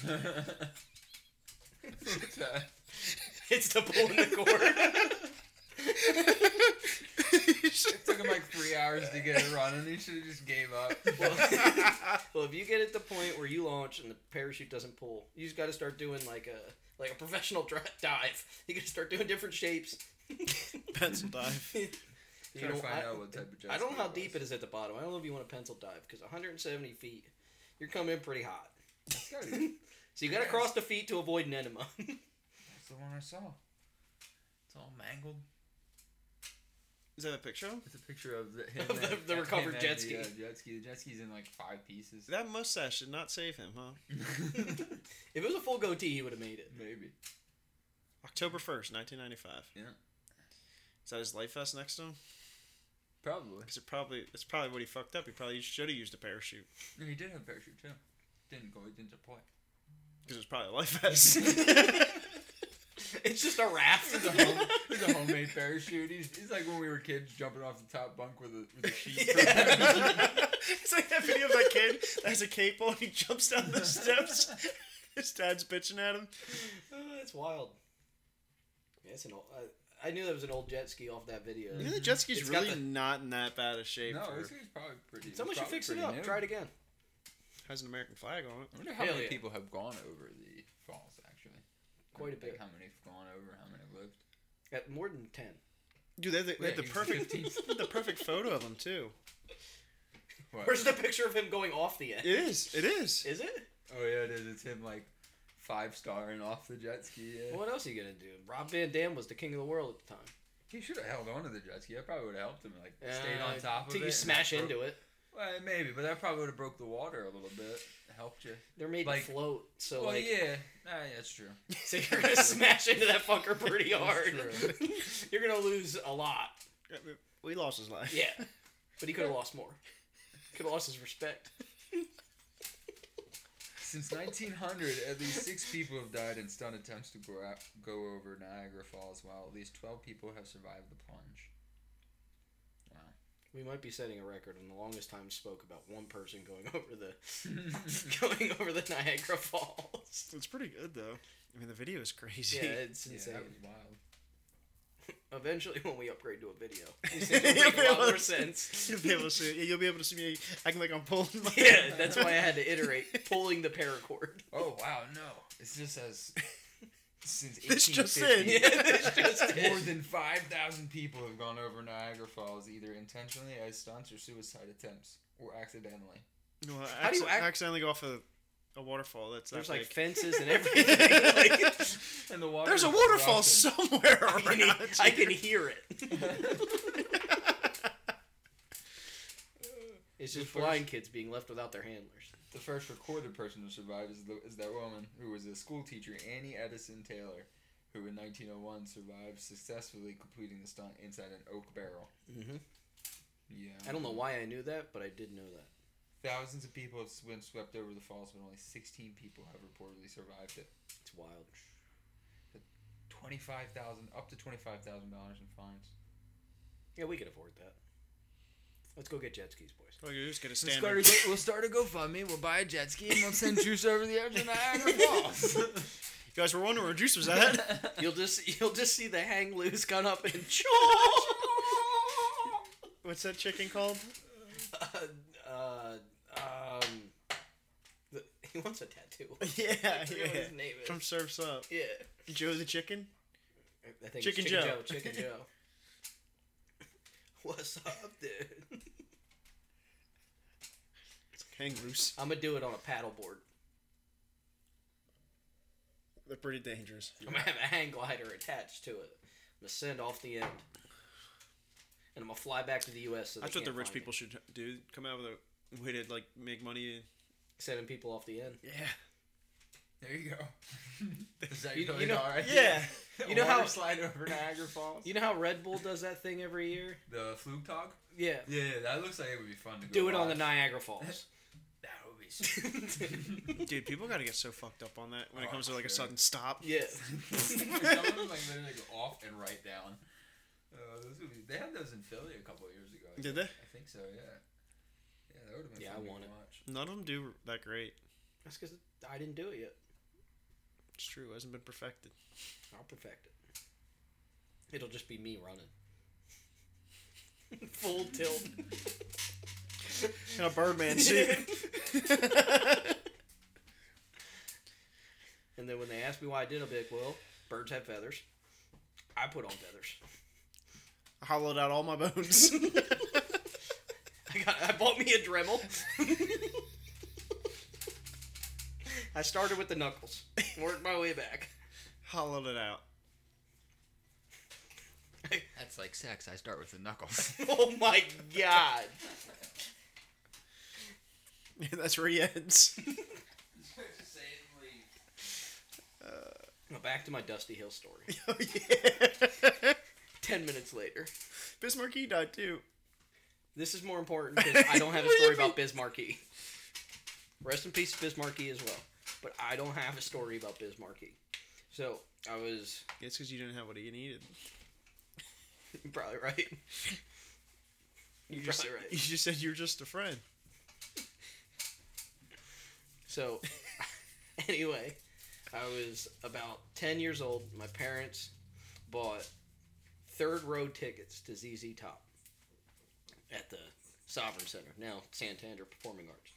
it's the pulling the cord. It took him like three hours to get it running. He should have just gave up. well, if you get at the point where you launch and the parachute doesn't pull, you just got to start doing like a like a professional dri- dive. You got to start doing different shapes. Pencil dive. you Trying to find I, out what type of jet I don't ski know how it deep was. it is at the bottom. I don't know if you want a pencil dive because 170 feet, you're coming in pretty hot. It's gotta be- So you got to Yeah. cross the feet to avoid an enema. That's the one I saw. It's all mangled. Is that a picture? of him? It's a picture of the, him Of the- and- the him recovered and jet the, ski. uh, jet ski. The jet ski's in like five pieces. That mustache did not save him, huh? if it was a full goatee, he would have made it. Maybe. October 1st, 1995. Yeah. Is that his life vest next to him? Probably. Because it probably, it's probably what he fucked up. He probably should have used a parachute. No, he did have a parachute too. Didn't go. He didn't deploy. Because it's probably a life vest. It's just a raft. There's a, home, there's a homemade parachute. He's, he's like when we were kids jumping off the top bunk with a, with a sheet. for parachute. it's like that video of that kid that has a cape on. He jumps down the steps. His dad's bitching at him. Uh, that's wild. Yeah, it's an old. I, I knew that was an old jet ski off that video. You know, the jet ski's It's got really the- not in that bad a shape. no, for- this guy's probably pretty. Someone should probably fix it pretty up. new. Try it again. has an American flag on it. I wonder how Hell many yeah. people have gone over the falls actually. Quite a Like, bit. How many have gone over? How many have lived? At more than ten. Dude, they have the, they Yeah, have the he's perfect, 15. they have the perfect photo of him too. What? Where's the picture of him going off the edge? It is. It is. Is it? Oh yeah, it is. It's him like five starring off the jet ski. Yeah. What else are you gonna do? Rob Van Dam was the king of the world at the time. He should have held on to the jet ski. That probably would have helped him. Like stayed on Uh, top of it. till you and smash that broke- into it. Well, maybe, but that probably would have broke the water a little bit. Helped you. They're made Like- to float, so Well, like, yeah. Nah, yeah, that's true. so you're gonna smash into that fucker pretty That's hard. true. you're gonna lose a lot. We lost his life. Yeah, but he could have lost more. Could have lost his respect. Since 1900, at least six people have died in stunt attempts to go out, go over Niagara Falls, while at least 12 people have survived the plunge. We might be setting a record on the longest time spoke about one person going over the going over the Niagara Falls. It's pretty good though. I mean, the video is crazy. Yeah, it's Yeah, insane. that was wild. Eventually, when we upgrade to a video, it's You'll gonna make be a lot able more to- sense. You'll be able to see. yeah, You'll be able to see me. I can like I'm pulling. my- Yeah, that's why I had to iterate pulling the paracord. Oh wow, no, it just says since This 1850, just Yeah, that's just more it. than 5,000 people have gone over Niagara Falls either intentionally as stunts or suicide attempts, or accidentally. No, I do you acci- act- accidentally go off a, a waterfall. That's There's that like big. fences and everything. Like, And the water. There's a is waterfall rushing. somewhere I, around. can, I can hear it. it's just blind kids being left without their handlers. The first recorded person to survive is, the, is that woman who was a school teacher, Annie Edison Taylor, who in 1901 survived successfully completing the stunt inside an oak barrel. Mm-hmm. Yeah. I don't know why I knew that, but I did know that. Thousands of people have been swept over the falls, but only 16 people have reportedly survived it. It's wild. 25,000, up to $25,000 in fines. Yeah, we can afford that. Let's go get jet skis, boys. Well, you're just gonna We'll stand. start, there. a go, we'll start a GoFundMe. We'll buy a jet ski and we'll send Juice over the edge of Niagara Falls. You guys were wondering where Juice was at. You'll just you'll just see the hang loose gun up and chaw. What's that chicken called? uh, uh, um, the, he wants a tattoo. yeah, I forget what his name is. From Surfs Up, yeah, Joe the chicken. I think it's Chicken Chicken Joe. Joe. Chicken Joe. What's up, dude? Hang loose. I'm gonna do it on a paddleboard. They're pretty dangerous. I'm gonna have a hang glider attached to it. I'm gonna send off the end, and I'm gonna fly back to the U.S. So they That's what the can't rich find me. people should do. Come out with a way to like make money. sending people off the end. Yeah. There you go. Is that You- your you know- dollar idea? Yeah. You know how- Water slide over Niagara Falls? You know how Red Bull does that thing every year? The flug tog? Yeah. Yeah, that looks like it would be fun to go Do it on the watch. Niagara Falls. That would be sick. Dude, people gotta get so fucked up on that when Oh, it comes to like sure. a sudden stop. yeah. Some of them like literally go off and right down. Uh, those would be, they had those in Philly a couple of years ago. I think. Did they? I think so. Yeah. Yeah, that would have been. Yeah, fun I to want it. watch. None of them do that great. That's because I didn't do it yet. It's true. It hasn't been perfected. I'll perfect it. It'll just be me running. Full tilt. In a Birdman suit. And then when they ask me why I did, I'll be like, well, birds have feathers. I put on feathers. I hollowed out all my bones. I got. I bought me a Dremel. I started with the knuckles. Worked my way back. hollowed it out. That's like sex. I start with the knuckles. Oh my god. That's where he ends. Now back to my Dusty Hill story. oh, yeah. Ten minutes later. Bismarcky died too. This is more important because I don't have a What do story you about Bismarcky. Rest in peace, Bismarcky, as well. But I don't have a story about Bismarcky. So I was It's because you didn't have what he needed. you're probably right. You're just, probably right. You just said you're just a friend. So anyway, I was about ten years old. My parents bought third row tickets to ZZ Top at the Sovereign Center, now Santander Performing Arts.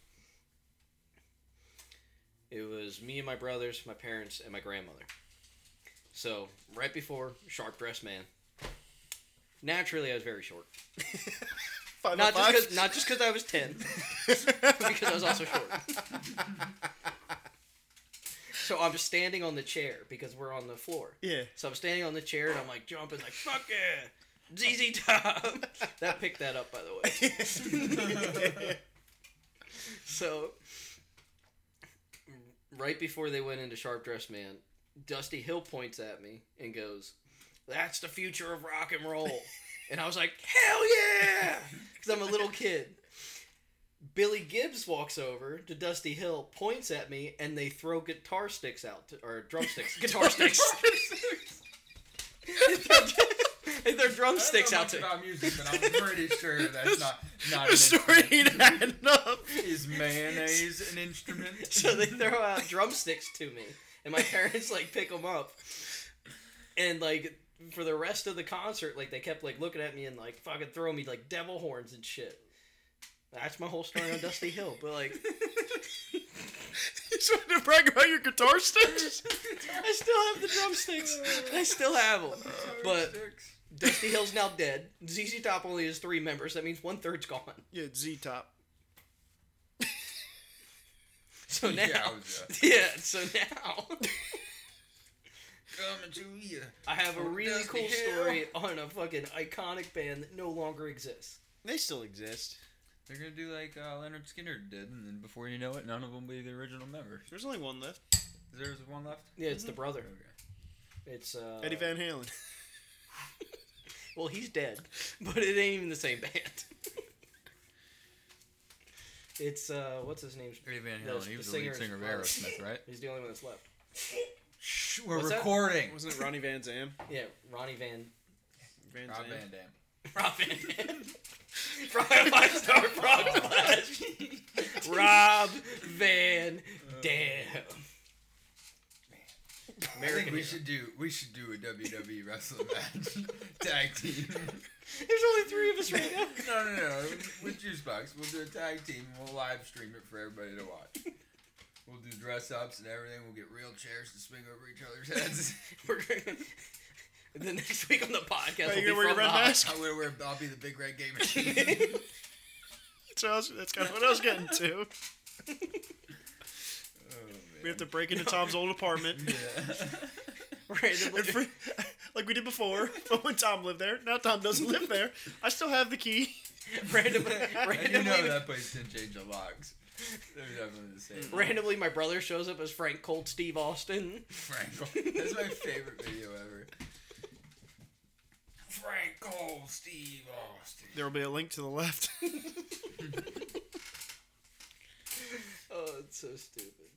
It was me and my brothers, my parents, and my grandmother. So, right before Sharp Dressed Man, naturally I was very short. Five Not just, oh five? 'cause- not just because I was 10, because I was also short. So I'm just standing on the chair because we're on the floor. yeah. So I'm standing on the chair and I'm like jumping, like fuck yeah, ZZ Top. that picked that up, by the way. So, right before they went into Sharp Dressed Man, Dusty Hill points at me and goes, "That's the future of rock and roll." and I was like, "Hell yeah!" Because I'm a little kid. Billy Gibbs walks over to Dusty Hill, points at me, and they throw guitar sticks out to, or drumsticks, guitar sticks. and their drumsticks I out don't to know much about music, but I'm pretty sure that's not not the an story instrument. ain't adding up. Is mayonnaise an instrument? so they throw out drumsticks to me and my parents like pick them up and like for the rest of the concert like they kept like looking at me and like fucking throwing me like devil horns and shit that's my whole story on dusty hill but like You just wanted to brag about your guitar sticks? i still have the drumsticks i still have them but Sticks. dusty hill's now dead zz top only has three members that means one third's gone yeah, Z top. so now Yeah, I was, uh, yeah so now coming to you. i have a really Dusty cool Hill. story on a fucking iconic band that no longer exists They still exist. They're gonna do like uh, Leonard Skinner did, and then before you know it, none of them will be the original members. There's only one left. There's one left. yeah it's the brother Okay. It's uh, Eddie Van Halen. Well, he's dead, but it ain't even the same band. it's uh, what's his name? Eddie Van No, Halen. He the was the lead singer's singer of brother. Aerosmith, right? He's the only one that's left. Shh, we're What's that? recording. Wasn't it Ronnie Van Zam? Yeah, Ronnie Van. Van Rob Zam. Van Dam. Rob Van. Dam. Rob Five Star Frog Flash. Rob Van Dam. I think American we hero. should do we should do a WWE wrestling match tag team. There's only three of us right now. no, no, no. With Juicebox, we'll do a tag team. and We'll live stream it for everybody to watch. We'll do dress ups and everything. We'll get real chairs to swing over each other's heads. We're gonna, the next week on the podcast Hey, will you be gonna wear your from red the- mask? I will wear. I'll be the big red gamer. Dude, That's, what I was, that's kind of what I was getting to. Oh, We have to break into Tom's old apartment. randomly- And for, like we did before, but when Tom lived there, now Tom doesn't live there. I still have the key. randomly, And you randomly, know that place didn't change the locks. They're definitely the same. randomly, my brother shows up as Frank Cold Steve Austin. Frankel. That's my favorite video ever. Frankel, Steve Austin. There will be a link to the left. Oh, it's so stupid.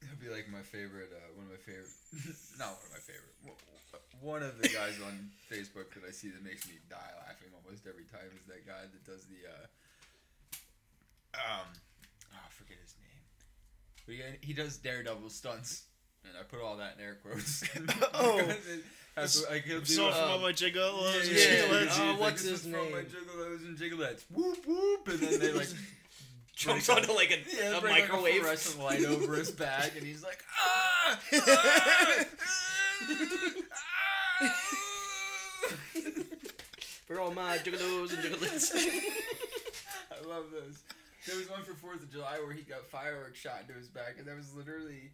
That'd be like my favorite, uh, one of my favorite, not one of my favorite, w- one of the guys on Facebook that I see that makes me die laughing almost every time is that guy that does the, uh, um, oh, I forget his name. But he, he does daredevil stunts, and I put all that in air quotes. Oh. That's, like, he'll do, So from um, all my gigolos and yeah, shit. yeah. Let's- Uh, He's like, what's "This his is from My name?" gigolos and gigolettes. Whoop whoop, and then they like Jumps break onto like a, yeah, a bring, like, microwave. fluorescent light over his back, and he's like, ah, ah, ah." for all my juggalos and juggalettes. I love those. There was one for Fourth of July where he got fireworks shot into his back, and that was literally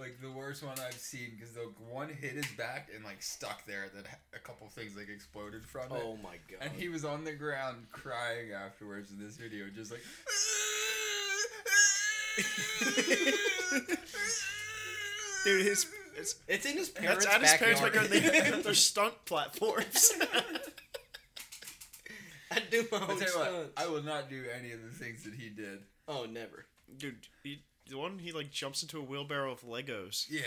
like the worst one I've seen because the one hit his back and like stuck there, and then a couple things like exploded from it. oh my god. And he was on the ground crying afterwards in this video, just like. Dude, his, his it's in his parents' that's at his parents' backyard. backyard. They, they're stunt platforms. I do my I'll own tell you what, stunts. I will not do any of the things that he did. Oh, never. Dude, you, The one he like jumps into a wheelbarrow of Legos. Yeah.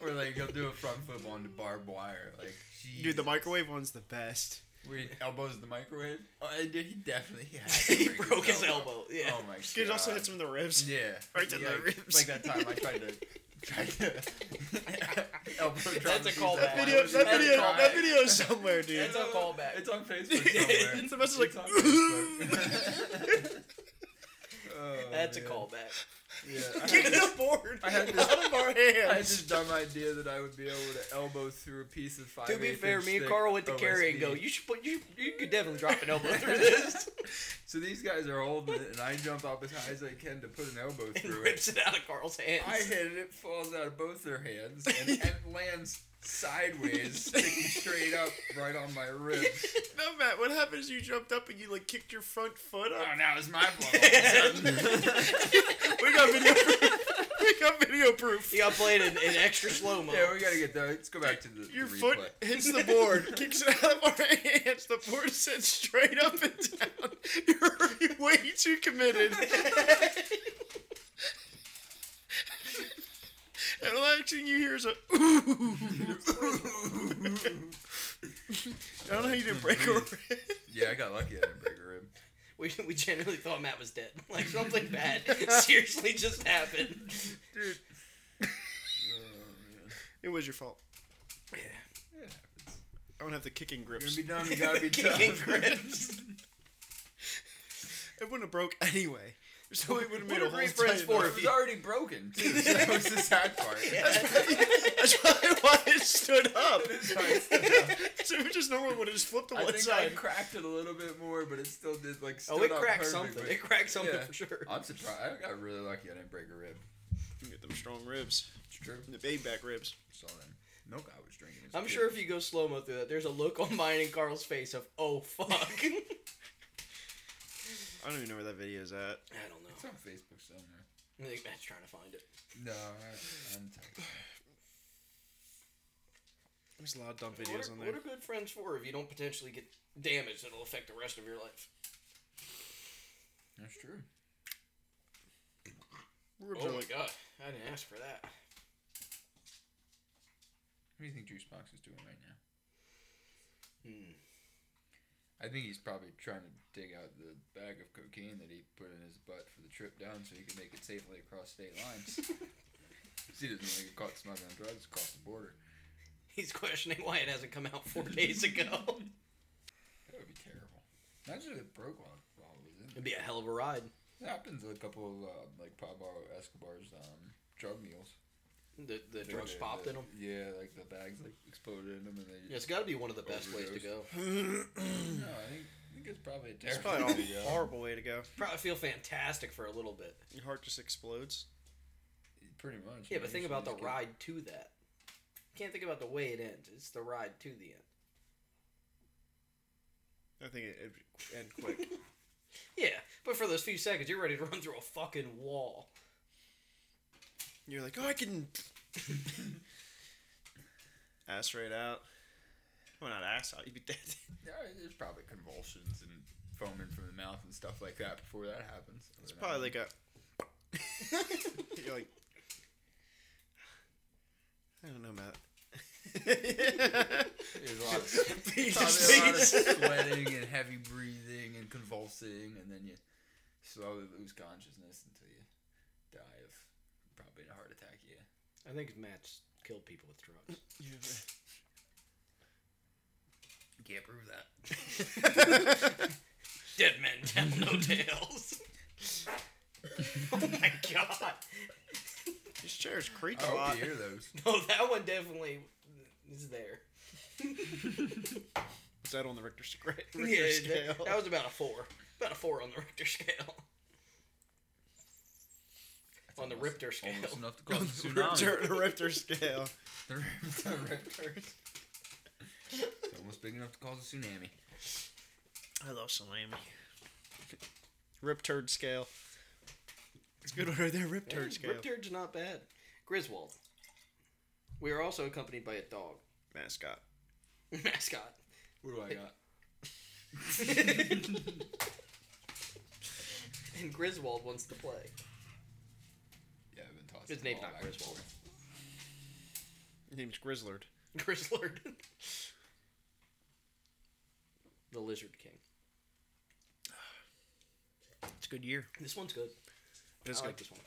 or like he'll do a front flip on the barbed wire. Like Dude, the Jesus. microwave one's the best. Where he elbows the microwave. Oh, and dude, he definitely had to he break broke his elbow. Yeah. Oh my god. Dude, it also hits him in the ribs. Yeah. Right to yeah, the ribs. Like that time I tried to. Tried to elbow That's a Travis callback. Lee. That video, that That's video, callback. that video is somewhere, dude. It's That's a a callback. It's on Facebook somewhere. It's the message like. It's on Facebook. Oh, That's a man. callback. Yeah. I Kick had, this, the board I had this- out of our I had this hands. dumb idea that I would be able to elbow through a piece of five. To be fair, me and Carl Oh, went to carry and go. You should put you. You could definitely drop an elbow through this. So these guys are holding it, and I jump up as high as I can to put an elbow and through it. rips it out of Carl's hands. I hit it, it falls out of both their hands, and, and lands sideways, sticking straight up right on my ribs. No, Matt. What happened is you jumped up and you like kicked your front foot Oh, up. now it's my fault. we got video. Proof. We got video proof. You got played in, in extra slow mo. yeah, we gotta get there. Let's go back to the, Your the foot replay. hits the board, kicks it out of our hands. The board sits straight up and down. You're way too committed. And the last thing you hear is a ooh. I don't know how you didn't break a rib. yeah, I got lucky I didn't break a rib. We, we generally thought Matt was dead. Like something bad seriously just happened. Dude, Oh, it was your fault. Yeah. I don't have the kicking You're grips. gonna be dumb, you gotta be Kicking tough. grips. It wouldn't have broke anyway. So we would have made What are a whole great friends tight for Or if enough. it's already broken, too. So that was the sad part. Yeah. That's probably why it stood up. That's why it stood up. so it just normally would have just flipped to I one think I side. cracked it a little bit more, but it still did like. Stood Oh, it up cracked perfectly. something. It cracked something Yeah. for sure. I'm surprised. I got really lucky I didn't break a rib. You get them strong ribs, It's true. the baby back ribs. So then, milk I was drinking. is I'm good. sure if you go slow mo through that, there's a look on mine and Carl's face of oh fuck. I I don't even know where that video is at. don't know. It's on Facebook somewhere. I think Matt's trying to find it. No, I, I'm t- There's a lot of dumb What videos are, on what there. are good friends for if you don't potentially get damage that'll affect the rest of your life? That's true. Ribs Oh are my like, god, I didn't ask for that. What do you think Juicebox is doing right now? Hmm. I think he's probably trying to dig out the bag of cocaine that he put in his butt for the trip down, so he could make it safely across state lines. 'Cause he doesn't want to get caught smuggling drugs across the border. He's questioning why it hasn't come out four days ago. That would be terrible. Imagine if it broke while, while it was in there. It'd be a hell of a ride. It happens with a couple of uh, like Pablo Escobar's um, drug mules. The, the They- drugs they- popped they- in them. Yeah, like the bags like exploded in them, and they. Yeah, it's got to be one of the best ways to go. Overdose. No, I think, I think it's probably a it's terrible. probably idea. a horrible way to go. Probably feel fantastic for a little bit. Your heart just explodes. Pretty much. Yeah, man. but You think should about the just get- ride to that. You can't think about the way it ends. It's the ride to the end. I think it it'd end quick. Yeah, but for those few seconds, you're ready to run through a fucking wall. You're like, oh, I can. ass right out. Well, not ass out. You'd be dead. Yeah, there's probably convulsions and foaming from the mouth and stuff like that before that happens. It's probably like a. You're like. I don't know, Matt. There's a lot of, probably a lot of Penis. sweating and heavy breathing and convulsing, and then you slowly lose consciousness until you die of probably a heart attack. Yeah. I think Matt's killed people with drugs. Can't prove that. Dead men tell no tales. oh my god! These chairs creak I a lot. hope you hear those. No, that one definitely is there. Was that on the Richter, scra- Richter Yeah, scale? that, that was about a four. About a four on the Richter scale. On the Richter scale. Almost enough to cause a tsunami. Richter, the Richter scale. The Raptors. it's almost big enough to cause a tsunami. I love salami. Rip turd scale. It's a good one right there. Rip Yeah, turd scale. Rip Turd's not bad. Griswold. We are also accompanied by a dog. Mascot. Mascot. What do I got? and Griswold wants to play. Let's His Oh, name's call back not and Griswold. forth. His name's Grizzlard. Grizzlord. the Lizard King. It's a good year. This one's good. It's I good. like this one.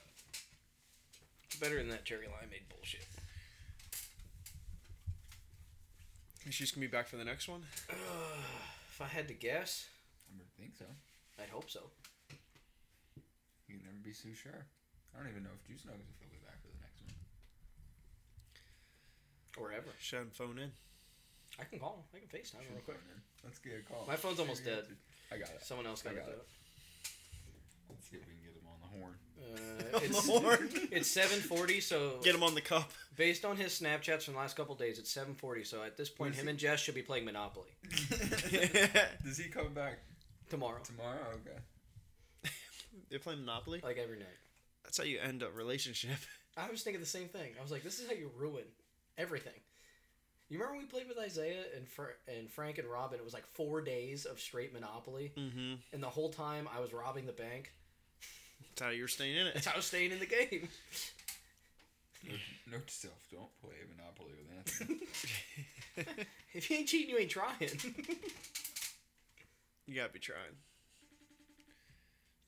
It's better than that cherry limeade bullshit. And she's gonna be back for the next one. If I had to guess, I would think so. I'd hope so. You can never be too sure. I don't even know if Juice knows if he'll be back for the next one. Or ever. She had him phone in. I can call him. I can FaceTime him real Should've quick. phoned in. Let's get a call. My phone's See if almost he dead. answers. I got it. Someone else I got it. got Let's see if we can get him on the horn. though. Uh, it's, Oh, Lord. it's 7:40, so Get him on the cup. based on his Snapchats from the last couple days, it's 7:40. So at this point, Who's him he- and Jess should be playing Monopoly Does he come back tomorrow, tomorrow? Okay. They're playing Monopoly. like every night. That's how you end a relationship. I was thinking the same thing. I was like, this is how you ruin everything. You remember when we played with Isaiah and Fra- and Frank and Robin? It was like four days of straight Monopoly, Mm-hmm. and the whole time I was robbing the bank. That's how you're staying in That's it. how I was staying in the game. Note to self: Don't play Monopoly with Anthony. If you ain't cheating, you ain't trying. You gotta be trying.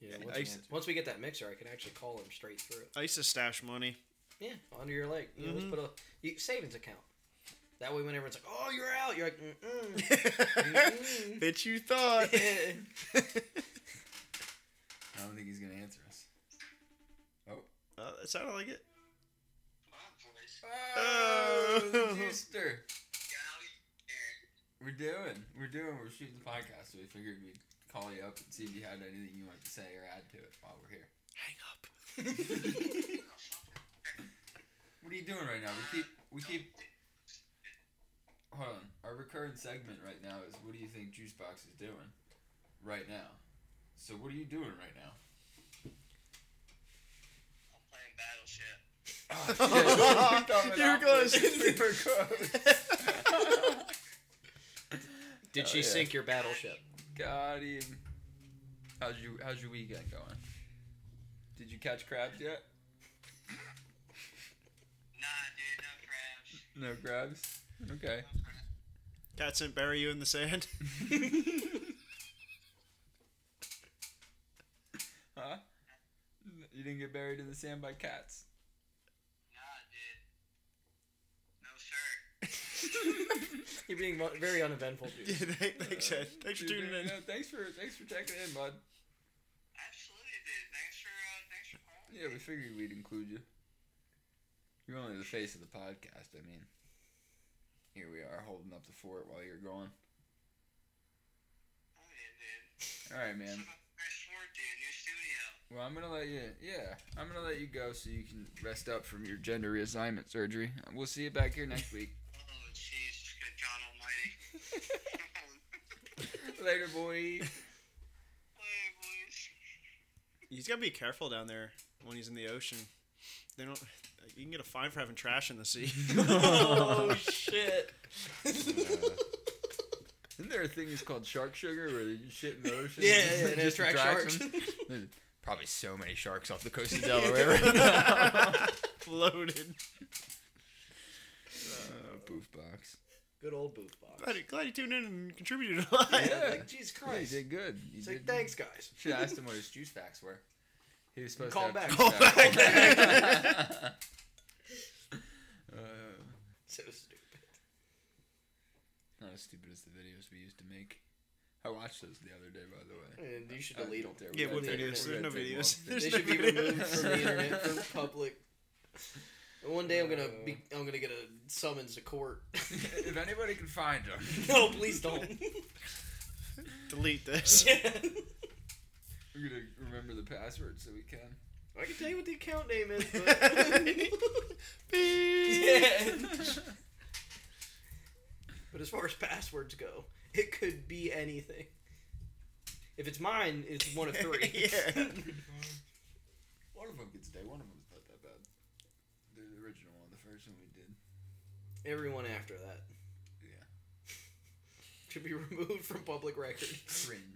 yeah, I once, used- once we get that mixer, I can actually call him straight through. I used to stash money. Yeah, under your leg. You Mm-hmm. always Mhm. put a you, savings account. That way, when everyone's like, "Oh, you're out," you're like, "Mm mm." Bet you thought. mm." I don't think he's gonna answer us. Uh, that sounded like it. Oh, the Oh. Juicer. We're doing. We're doing. We're shooting the podcast, so we figured we'd call you up and see if you had anything you wanted to say or add to it while we're here. Hang up. What are you doing right now? We keep. We keep. Hold on. Our recurring segment right now is what do you think Juicebox is doing right now? So what are you doing right now? I'm playing Battleship. Oh, shit. You were close. We were close. Did Hell she Oh, yeah. sink your battleship? Got him. How's you? How's your weekend going? Did you catch crabs yet? Nah, dude, no crash. No crabs. Okay. No crash. Cats didn't bury you in the sand. huh? You didn't get buried in the sand by cats. Nah, dude. No, sir. You're being mo- very uneventful, yeah, dude. th- thanks, Ed. Uh, Thanks for dude, tuning in. no, thanks for thanks for checking in, bud. Absolutely, dude. Thanks for, uh, thanks for calling. Yeah, we figured we'd include you. You're only the face of the podcast. I mean, here we are holding up the fort while you're gone. Oh, yeah, dude. All right, man. Nice fort, dude. New studio. Well, I'm gonna let you. Yeah, I'm gonna let you go so you can rest up from your gender reassignment surgery. We'll see you back here next week. Oh, jeez. Good God almighty. Later, boy. hey, boys. He's gotta be careful down there when he's in the ocean. They don't. You can get a fine for having trash in the sea. oh shit! Isn't there a thing that's called shark sugar where you shit in the ocean? Yeah, yeah, and Just attract attracts sharks. them? There's probably so many sharks off the coast of Delaware right now. Floated. Uh, Boof box. Good old booth box. Glad you, glad you tuned in and contributed a lot. Yeah, Yeah. like, Jesus Yeah, you Christ. did good. You It's did. like, thanks, guys. Should have asked him what his juice facts were. He was supposed Call to have back. juice Call facts. uh, So stupid. Not as stupid as the videos we used to make. I watched those the other day, by the way. And you should I- delete them. there we Yeah, go. what There- videos? there- There's no there- videos. there- There's They no should be videos. removed from the internet for public. And one day I'm gonna Uh. be. I'm gonna get a summons to court. if anybody can find them. no, please don't. Delete this. We're gonna remember the password so we can. I can tell you what the account name is, but. Yeah. but as far as passwords go, it could be anything. If it's mine, it's one of three. Yeah. one of them could stay. One of them's not that bad. The the original one, the first one we did. Everyone after that Yeah. should be removed from public record. Cringe.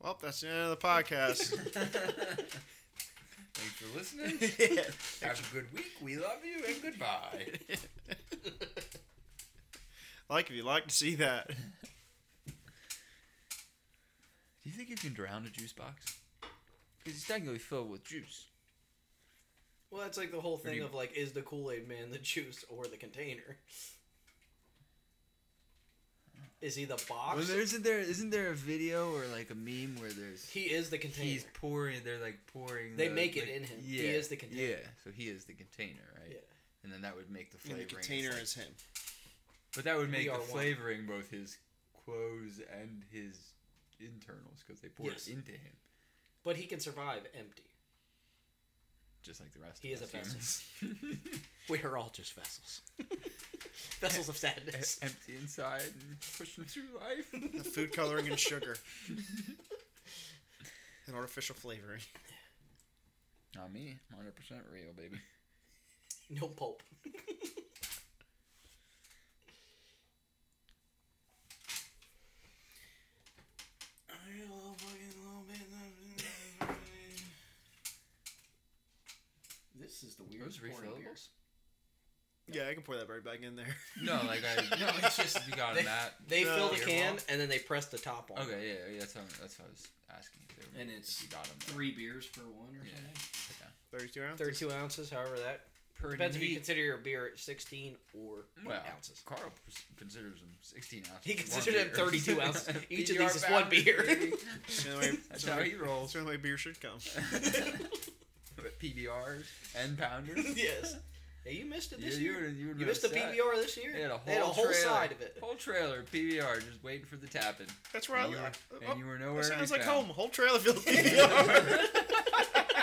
Well, that's the end of the podcast. Thanks for listening. Have a good week. We love you and goodbye. like if you like to see that. Do you think you can drown a juice box? Because it's technically filled with juice. Well, that's like the whole do thing you- of like, is the Kool Aid Man the juice or the container? Is he the Well, box? there, isn't there isn't there a video or like a meme where there's He is the container. he's pouring they're like pouring They the- make it the- in him. He is the container. Yeah, so he is the container, right? Yeah. And then that would make the And flavoring. the container is him. But that would We make the are one. flavoring both his clothes and his internals because they pour Yes. it into him, But he can survive empty. just like the rest He of is us a humans. We are all just vessels. vessels of sadness. Empty inside and pushing through life. The food coloring and sugar and artificial flavoring. Not me. 100% real, baby. No pulp. This is the weirdest Those pouring refillable? beers. Yeah, I can pour that right back in there. No, like I. No, it's just you got They- that. They No. fill the Beer can ball? and then they press the top on. Okay, yeah, yeah that's what, that's what I was asking. If they were, And if it's you got them. Three beers per one or Yeah. something. Thirty-two ounces. Thirty-two ounces, however that Per depends if you neat- consider your beer at sixteen or well, ounces. Carl pers- considers them 16 ounces. He one considered them beer. 32 ounces. Each of You these are is one bound beer. to- It's the only way- it's That's the how only- he rolls. it's the only way beer should come. With PBRs and pounders. yes. Yeah, you missed it Yeah, this you year. would you would You missed the PBR this year. They had a whole, They had a whole trailer, side of it. Whole trailer PBR just waiting for the tapping. That's where I And you live. were- and you were nowhere. oh, that to be sounds like found. home. Whole trailer filled with PBR.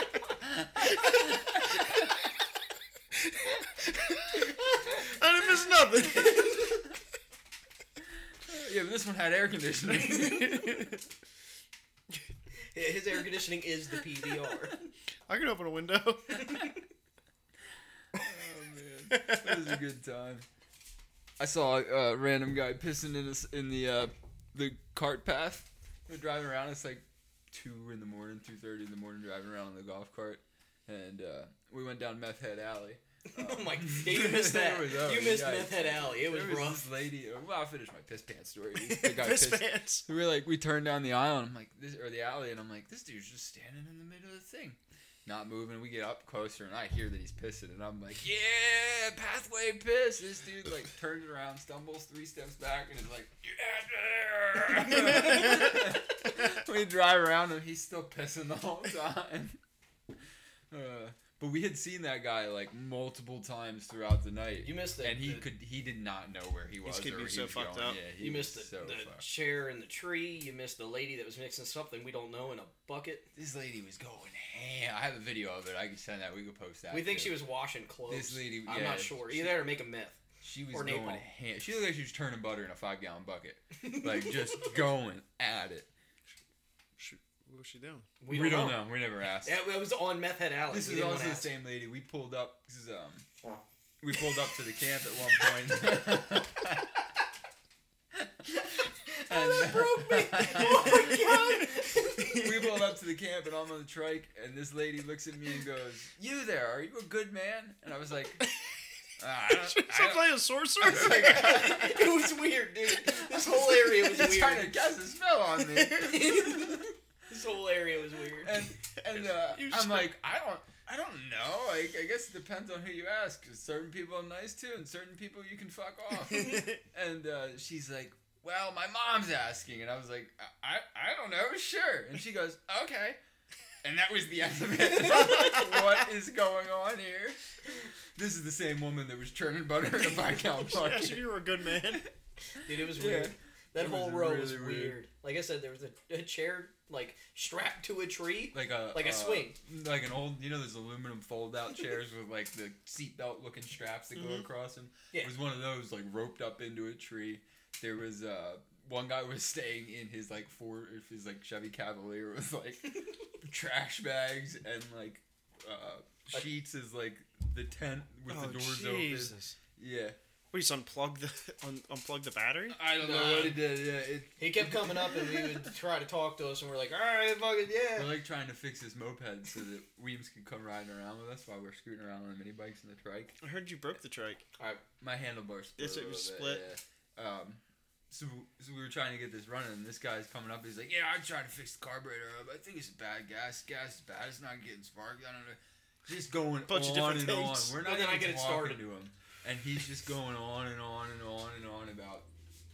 I didn't miss nothing. yeah, but this one had air conditioning. Yeah, His air conditioning is the PBR. I can open a window. oh man, that was a good time. I saw a uh, random guy pissing in this, in the uh, the cart path. We're driving around. It's like two in the morning, two thirty in the morning, driving around on the golf cart, and uh, we went down Meth Head Alley. oh my! Yeah, you missed that. There was- oh, you missed yikes. Meth Head Alley. It was There was rough. this lady. uh, Well, I'll finish my piss pants story. The guy Piss pissed- pants. So we're like, we turned down the aisle, and I'm like, this or the alley, and I'm like, this dude's just standing in the middle of the thing, not moving. We get up closer, and I hear that he's pissing, and I'm like, yeah, pathway piss. This dude like turns around, stumbles three steps back, and is like, yeah. we drive around him. He's still pissing the whole time. Uh, but we had seen that guy like multiple times throughout the night. You missed the. and he the- could he did not know where he was kid or be where he so was fucked going. up. Yeah, he You was missed the, so the fucked. chair in the tree. You missed the lady that was mixing something we don't know in a bucket. This lady was going ham. I have a video of it. I can send that. We could post that. we think too. she was washing clothes. This lady- I'm yeah, not sure. she- Either that or making meth. She was or going napalm. ham. She looked like she was turning butter in a five gallon bucket, like just going at it. She, what was she doing? We, don't know. We never asked. That that was on Meth Head Alley. This We is didn't also wanna the ask. same lady. We pulled up. This is um. We pulled up to the camp at one point. Oh, that broke me. Oh we pulled up to the camp and I'm on the trike and this lady looks at me and goes, "You there? Are you a good man?" And I was like, ah, I don't- She's I don't- playing a sorcerer. it was weird, dude. This whole area was I'm trying to weird. guess his spell on me. This whole area was weird. and and uh, You I'm said- like, I don't, I don't know. I, I guess it depends on who you ask. 'cause certain people I'm nice to, and certain people you can fuck off. and uh, she's like, Well, my mom's asking, and I was like, I, I, I don't know, sure. And she goes, Okay. And that was the end of it. Like, what is going on here? This is the same woman that was churning butter in a five gallon she asked bucket. if you were a good man. Dude, it was Yeah. weird. That It whole was row was really weird. weird. Like I said, there was a, a chair like strapped to a tree. like a Like a uh, swing. like an old you know those aluminum fold out chairs with like the seatbelt looking straps that go across them. Mm-hmm. Yeah. It was one of those like roped up into a tree. There was uh one guy was staying in his like four his like Chevy Cavalier with like trash bags and like Oh, Oh, uh sheets as like the tent with the doors open. Yeah. What, you just unplug the un- unplug the battery? I don't Nah. know what he did. Yeah, it, He kept coming up and he would try to talk to us, and we're like, all right, fucking yeah. we're like trying to fix his moped so that Weems could come riding around with us while we're scooting around on the mini bikes and the trike. I heard you broke the trike. My handlebars split. Yes, a it was little bit, yeah. Um, so, so we were trying to get this running. and This guy's coming up. He's like, "Yeah, I tried to fix the carburetor up. I think it's bad gas. Gas is bad. It's not getting spark. I don't know." Just going Bunch of on different and on. things. We're not And then I even get it talking started. to him, and he's just going on and on and on and on about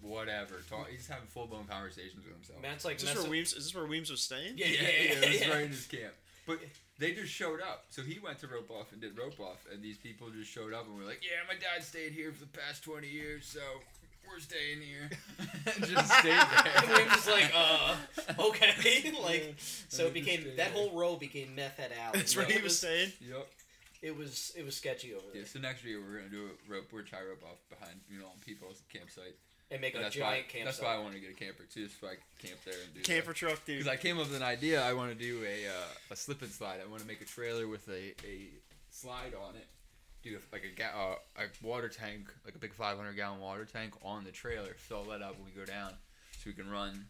whatever. Talk, he's having full blown conversations with himself. Matt's like, Is this where messing- Weems? Is this where Weems was staying? yeah, Yeah, yeah, yeah, yeah, it was yeah. right in his camp. But they just showed up. So he went to rope off and did rope off, and these people just showed up and were like, "Yeah, my dad stayed here for the past twenty years, so we're staying here." And just stayed And there. Weems was like, uh, okay, like. Yeah. So it Let me just became stay that there. whole row became meth head alley. That's where Like, he was staying. Yep. It was it was sketchy over there, Yeah. So next year we're gonna do a rope, we're try rope off behind you know on people's campsite. and make And a that's giant why. That's campsite. why I want to get a camper too, so I can camp there and do that. Camper truck, dude. Because I came up with an idea. I want to do a uh, a slip and slide. I want to make a trailer with a, a slide on it. Do a, like a ga- uh, a water tank, like a big 500 gallon water tank on the trailer. Fill that up when we go down, so we can run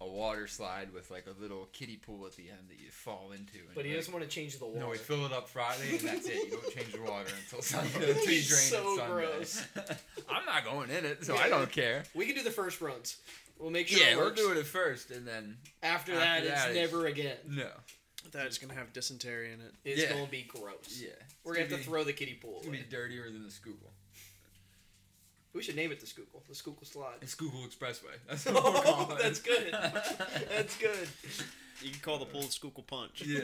a water slide with like a little kiddie pool at the end that you fall into. And but he like- doesn't want to change the water. No, we fill it up Friday and that's it. You don't change the water until Sunday. Until you drain So it Sunday. gross. I'm not going in it, so I don't care. we can do the first runs. We'll make sure. Yeah, it we'll works. do it at first, and then after After, that, that, it's it's- never again. no. That's gonna have dysentery in it. It's Yeah. gonna be gross. Yeah, We're gonna It's have to be- throw the kiddie pool. It's Away. gonna be dirtier than the Schuylkill. We should name it the Schuylkill. The Schuylkill Slide. The Schuylkill Expressway. That's what we're oh, calling that's it. good. That's good. You can call the pool the Schuylkill Punch. Yeah.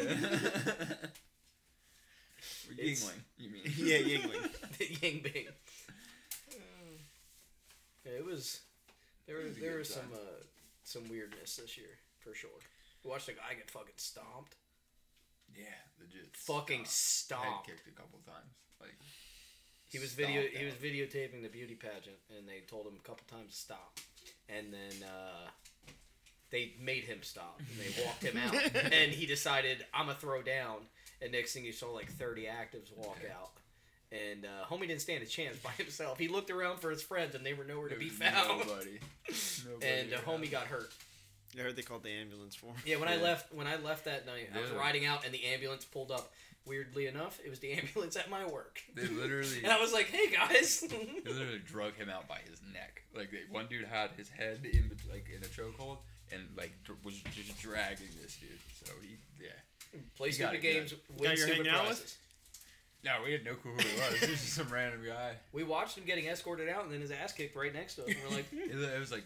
Or It's- Yingling, you mean? Yeah, Yingling. The Yang Bing. Yeah, it was. There It was was a there good was some time. uh, some weirdness this year for sure. We watched a guy get fucking stomped. yeah, legit. Fucking Head stomped. kicked a couple times. Like He was video. stomped He was out. videotaping the beauty pageant, and they told him a couple times to stop, and then uh, they made him stop. And they walked him out, and he decided, "I'm gonna throw down." And next thing you saw, like 30 actives walk Okay. out, and uh, homie didn't stand a chance by himself. He looked around for his friends, and they were nowhere to There be was found. Nobody. Nobody And uh, around. homie got hurt. I heard they called the ambulance for him. Yeah, when I Yeah. left, when I left that night, I was Yeah. riding out, and the ambulance pulled up. Weirdly enough, it was the ambulance at my work, They literally. and I was like, "Hey guys." They literally drug him out by his neck. Like they, one dude had his head in bet- like in a chokehold and like dr- was just dragging this dude. So he yeah. Play You gotta stupid get- games, win Guy you're stupid hanging out with? prizes. No, we had no clue who he was. He was just some random guy. We watched him getting escorted out, and then his ass kicked right next to him. We're like, It, it was like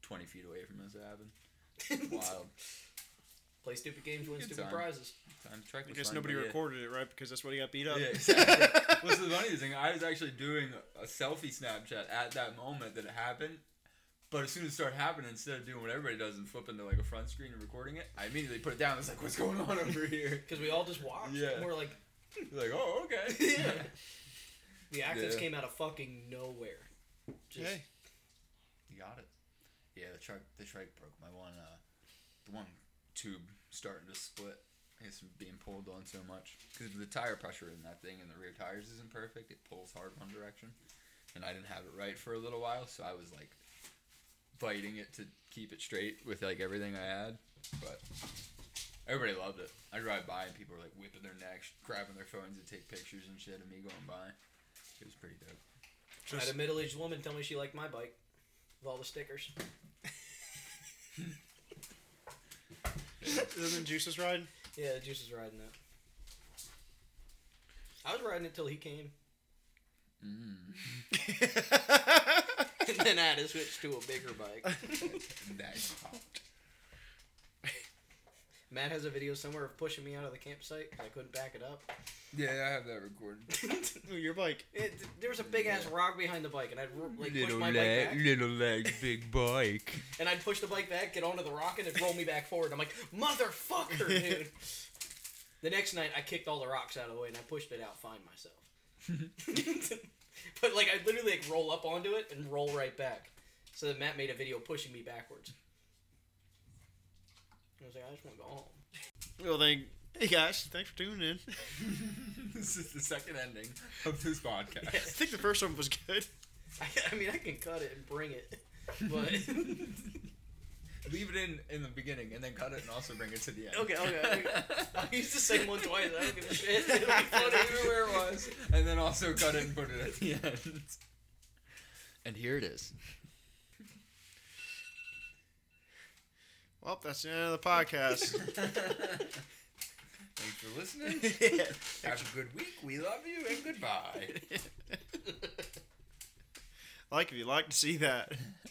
twenty feet away from us. It happened. Wild. play stupid games, win Good stupid time. prizes. Time track. I was guess fun, nobody but yeah. recorded it, right? Because that's what he got beat up. Yeah, exactly. What's the funny thing? I was actually doing a selfie Snapchat at that moment that it happened. But as soon as it started happening, instead of doing what everybody does and flipping to like a front screen and recording it, I immediately put it down. It's like, what's going on over here? Because we all just watched. Yeah. And we're like, like, oh, okay. Yeah. the actives Yeah. came out of fucking nowhere. Just, Hey, You got it. Yeah, the truck the trike broke. My one uh the one tube starting to split. I guess from being pulled on so much because the tire pressure in that thing and the rear tires isn't perfect. It pulls hard one direction, and I didn't have it right for a little while, so I was like fighting it to keep it straight with like everything I had. But everybody loved it. I drive by and people were like whipping their necks, grabbing their phones to take pictures and shit of me going by. It was pretty dope. I had just a middle aged woman tell me she liked my bike with all the stickers. isn't Juice's ride? Yeah, the juice is riding that. I was riding it till he came, Mm. and then I had to switch to a bigger bike. That's hot. Matt has a video somewhere of pushing me out of the campsite 'cause I couldn't back it up. Yeah, I have that recorded. oh, your bike. It, there was a big ass rock behind the bike, and I'd ro- like push little my leg, bike back, little leg, big bike. and I'd push the bike back, get onto the rock, and it'd roll me back forward. I'm like, motherfucker, dude. the next night, I kicked all the rocks out of the way, and I pushed it out, fine myself. but like, I'd literally like roll up onto it and roll right back. So then Matt made a video pushing me backwards. I was like, I just want to go home. Well, thank. Hey guys, thanks for tuning in. this is the second ending of this podcast. I think the first one was good. I, I mean, I can cut it and bring it, but Leave it in in the beginning and then cut it and also bring it to the end. Okay, okay, I used the same one twice. I don't give a shit. It'll be funny Whatever it was, and then also cut it and put it at the end. And here it is. Well, that's the end of the podcast. Thanks for listening. Have a good week. We love you and goodbye. like if you like to see that.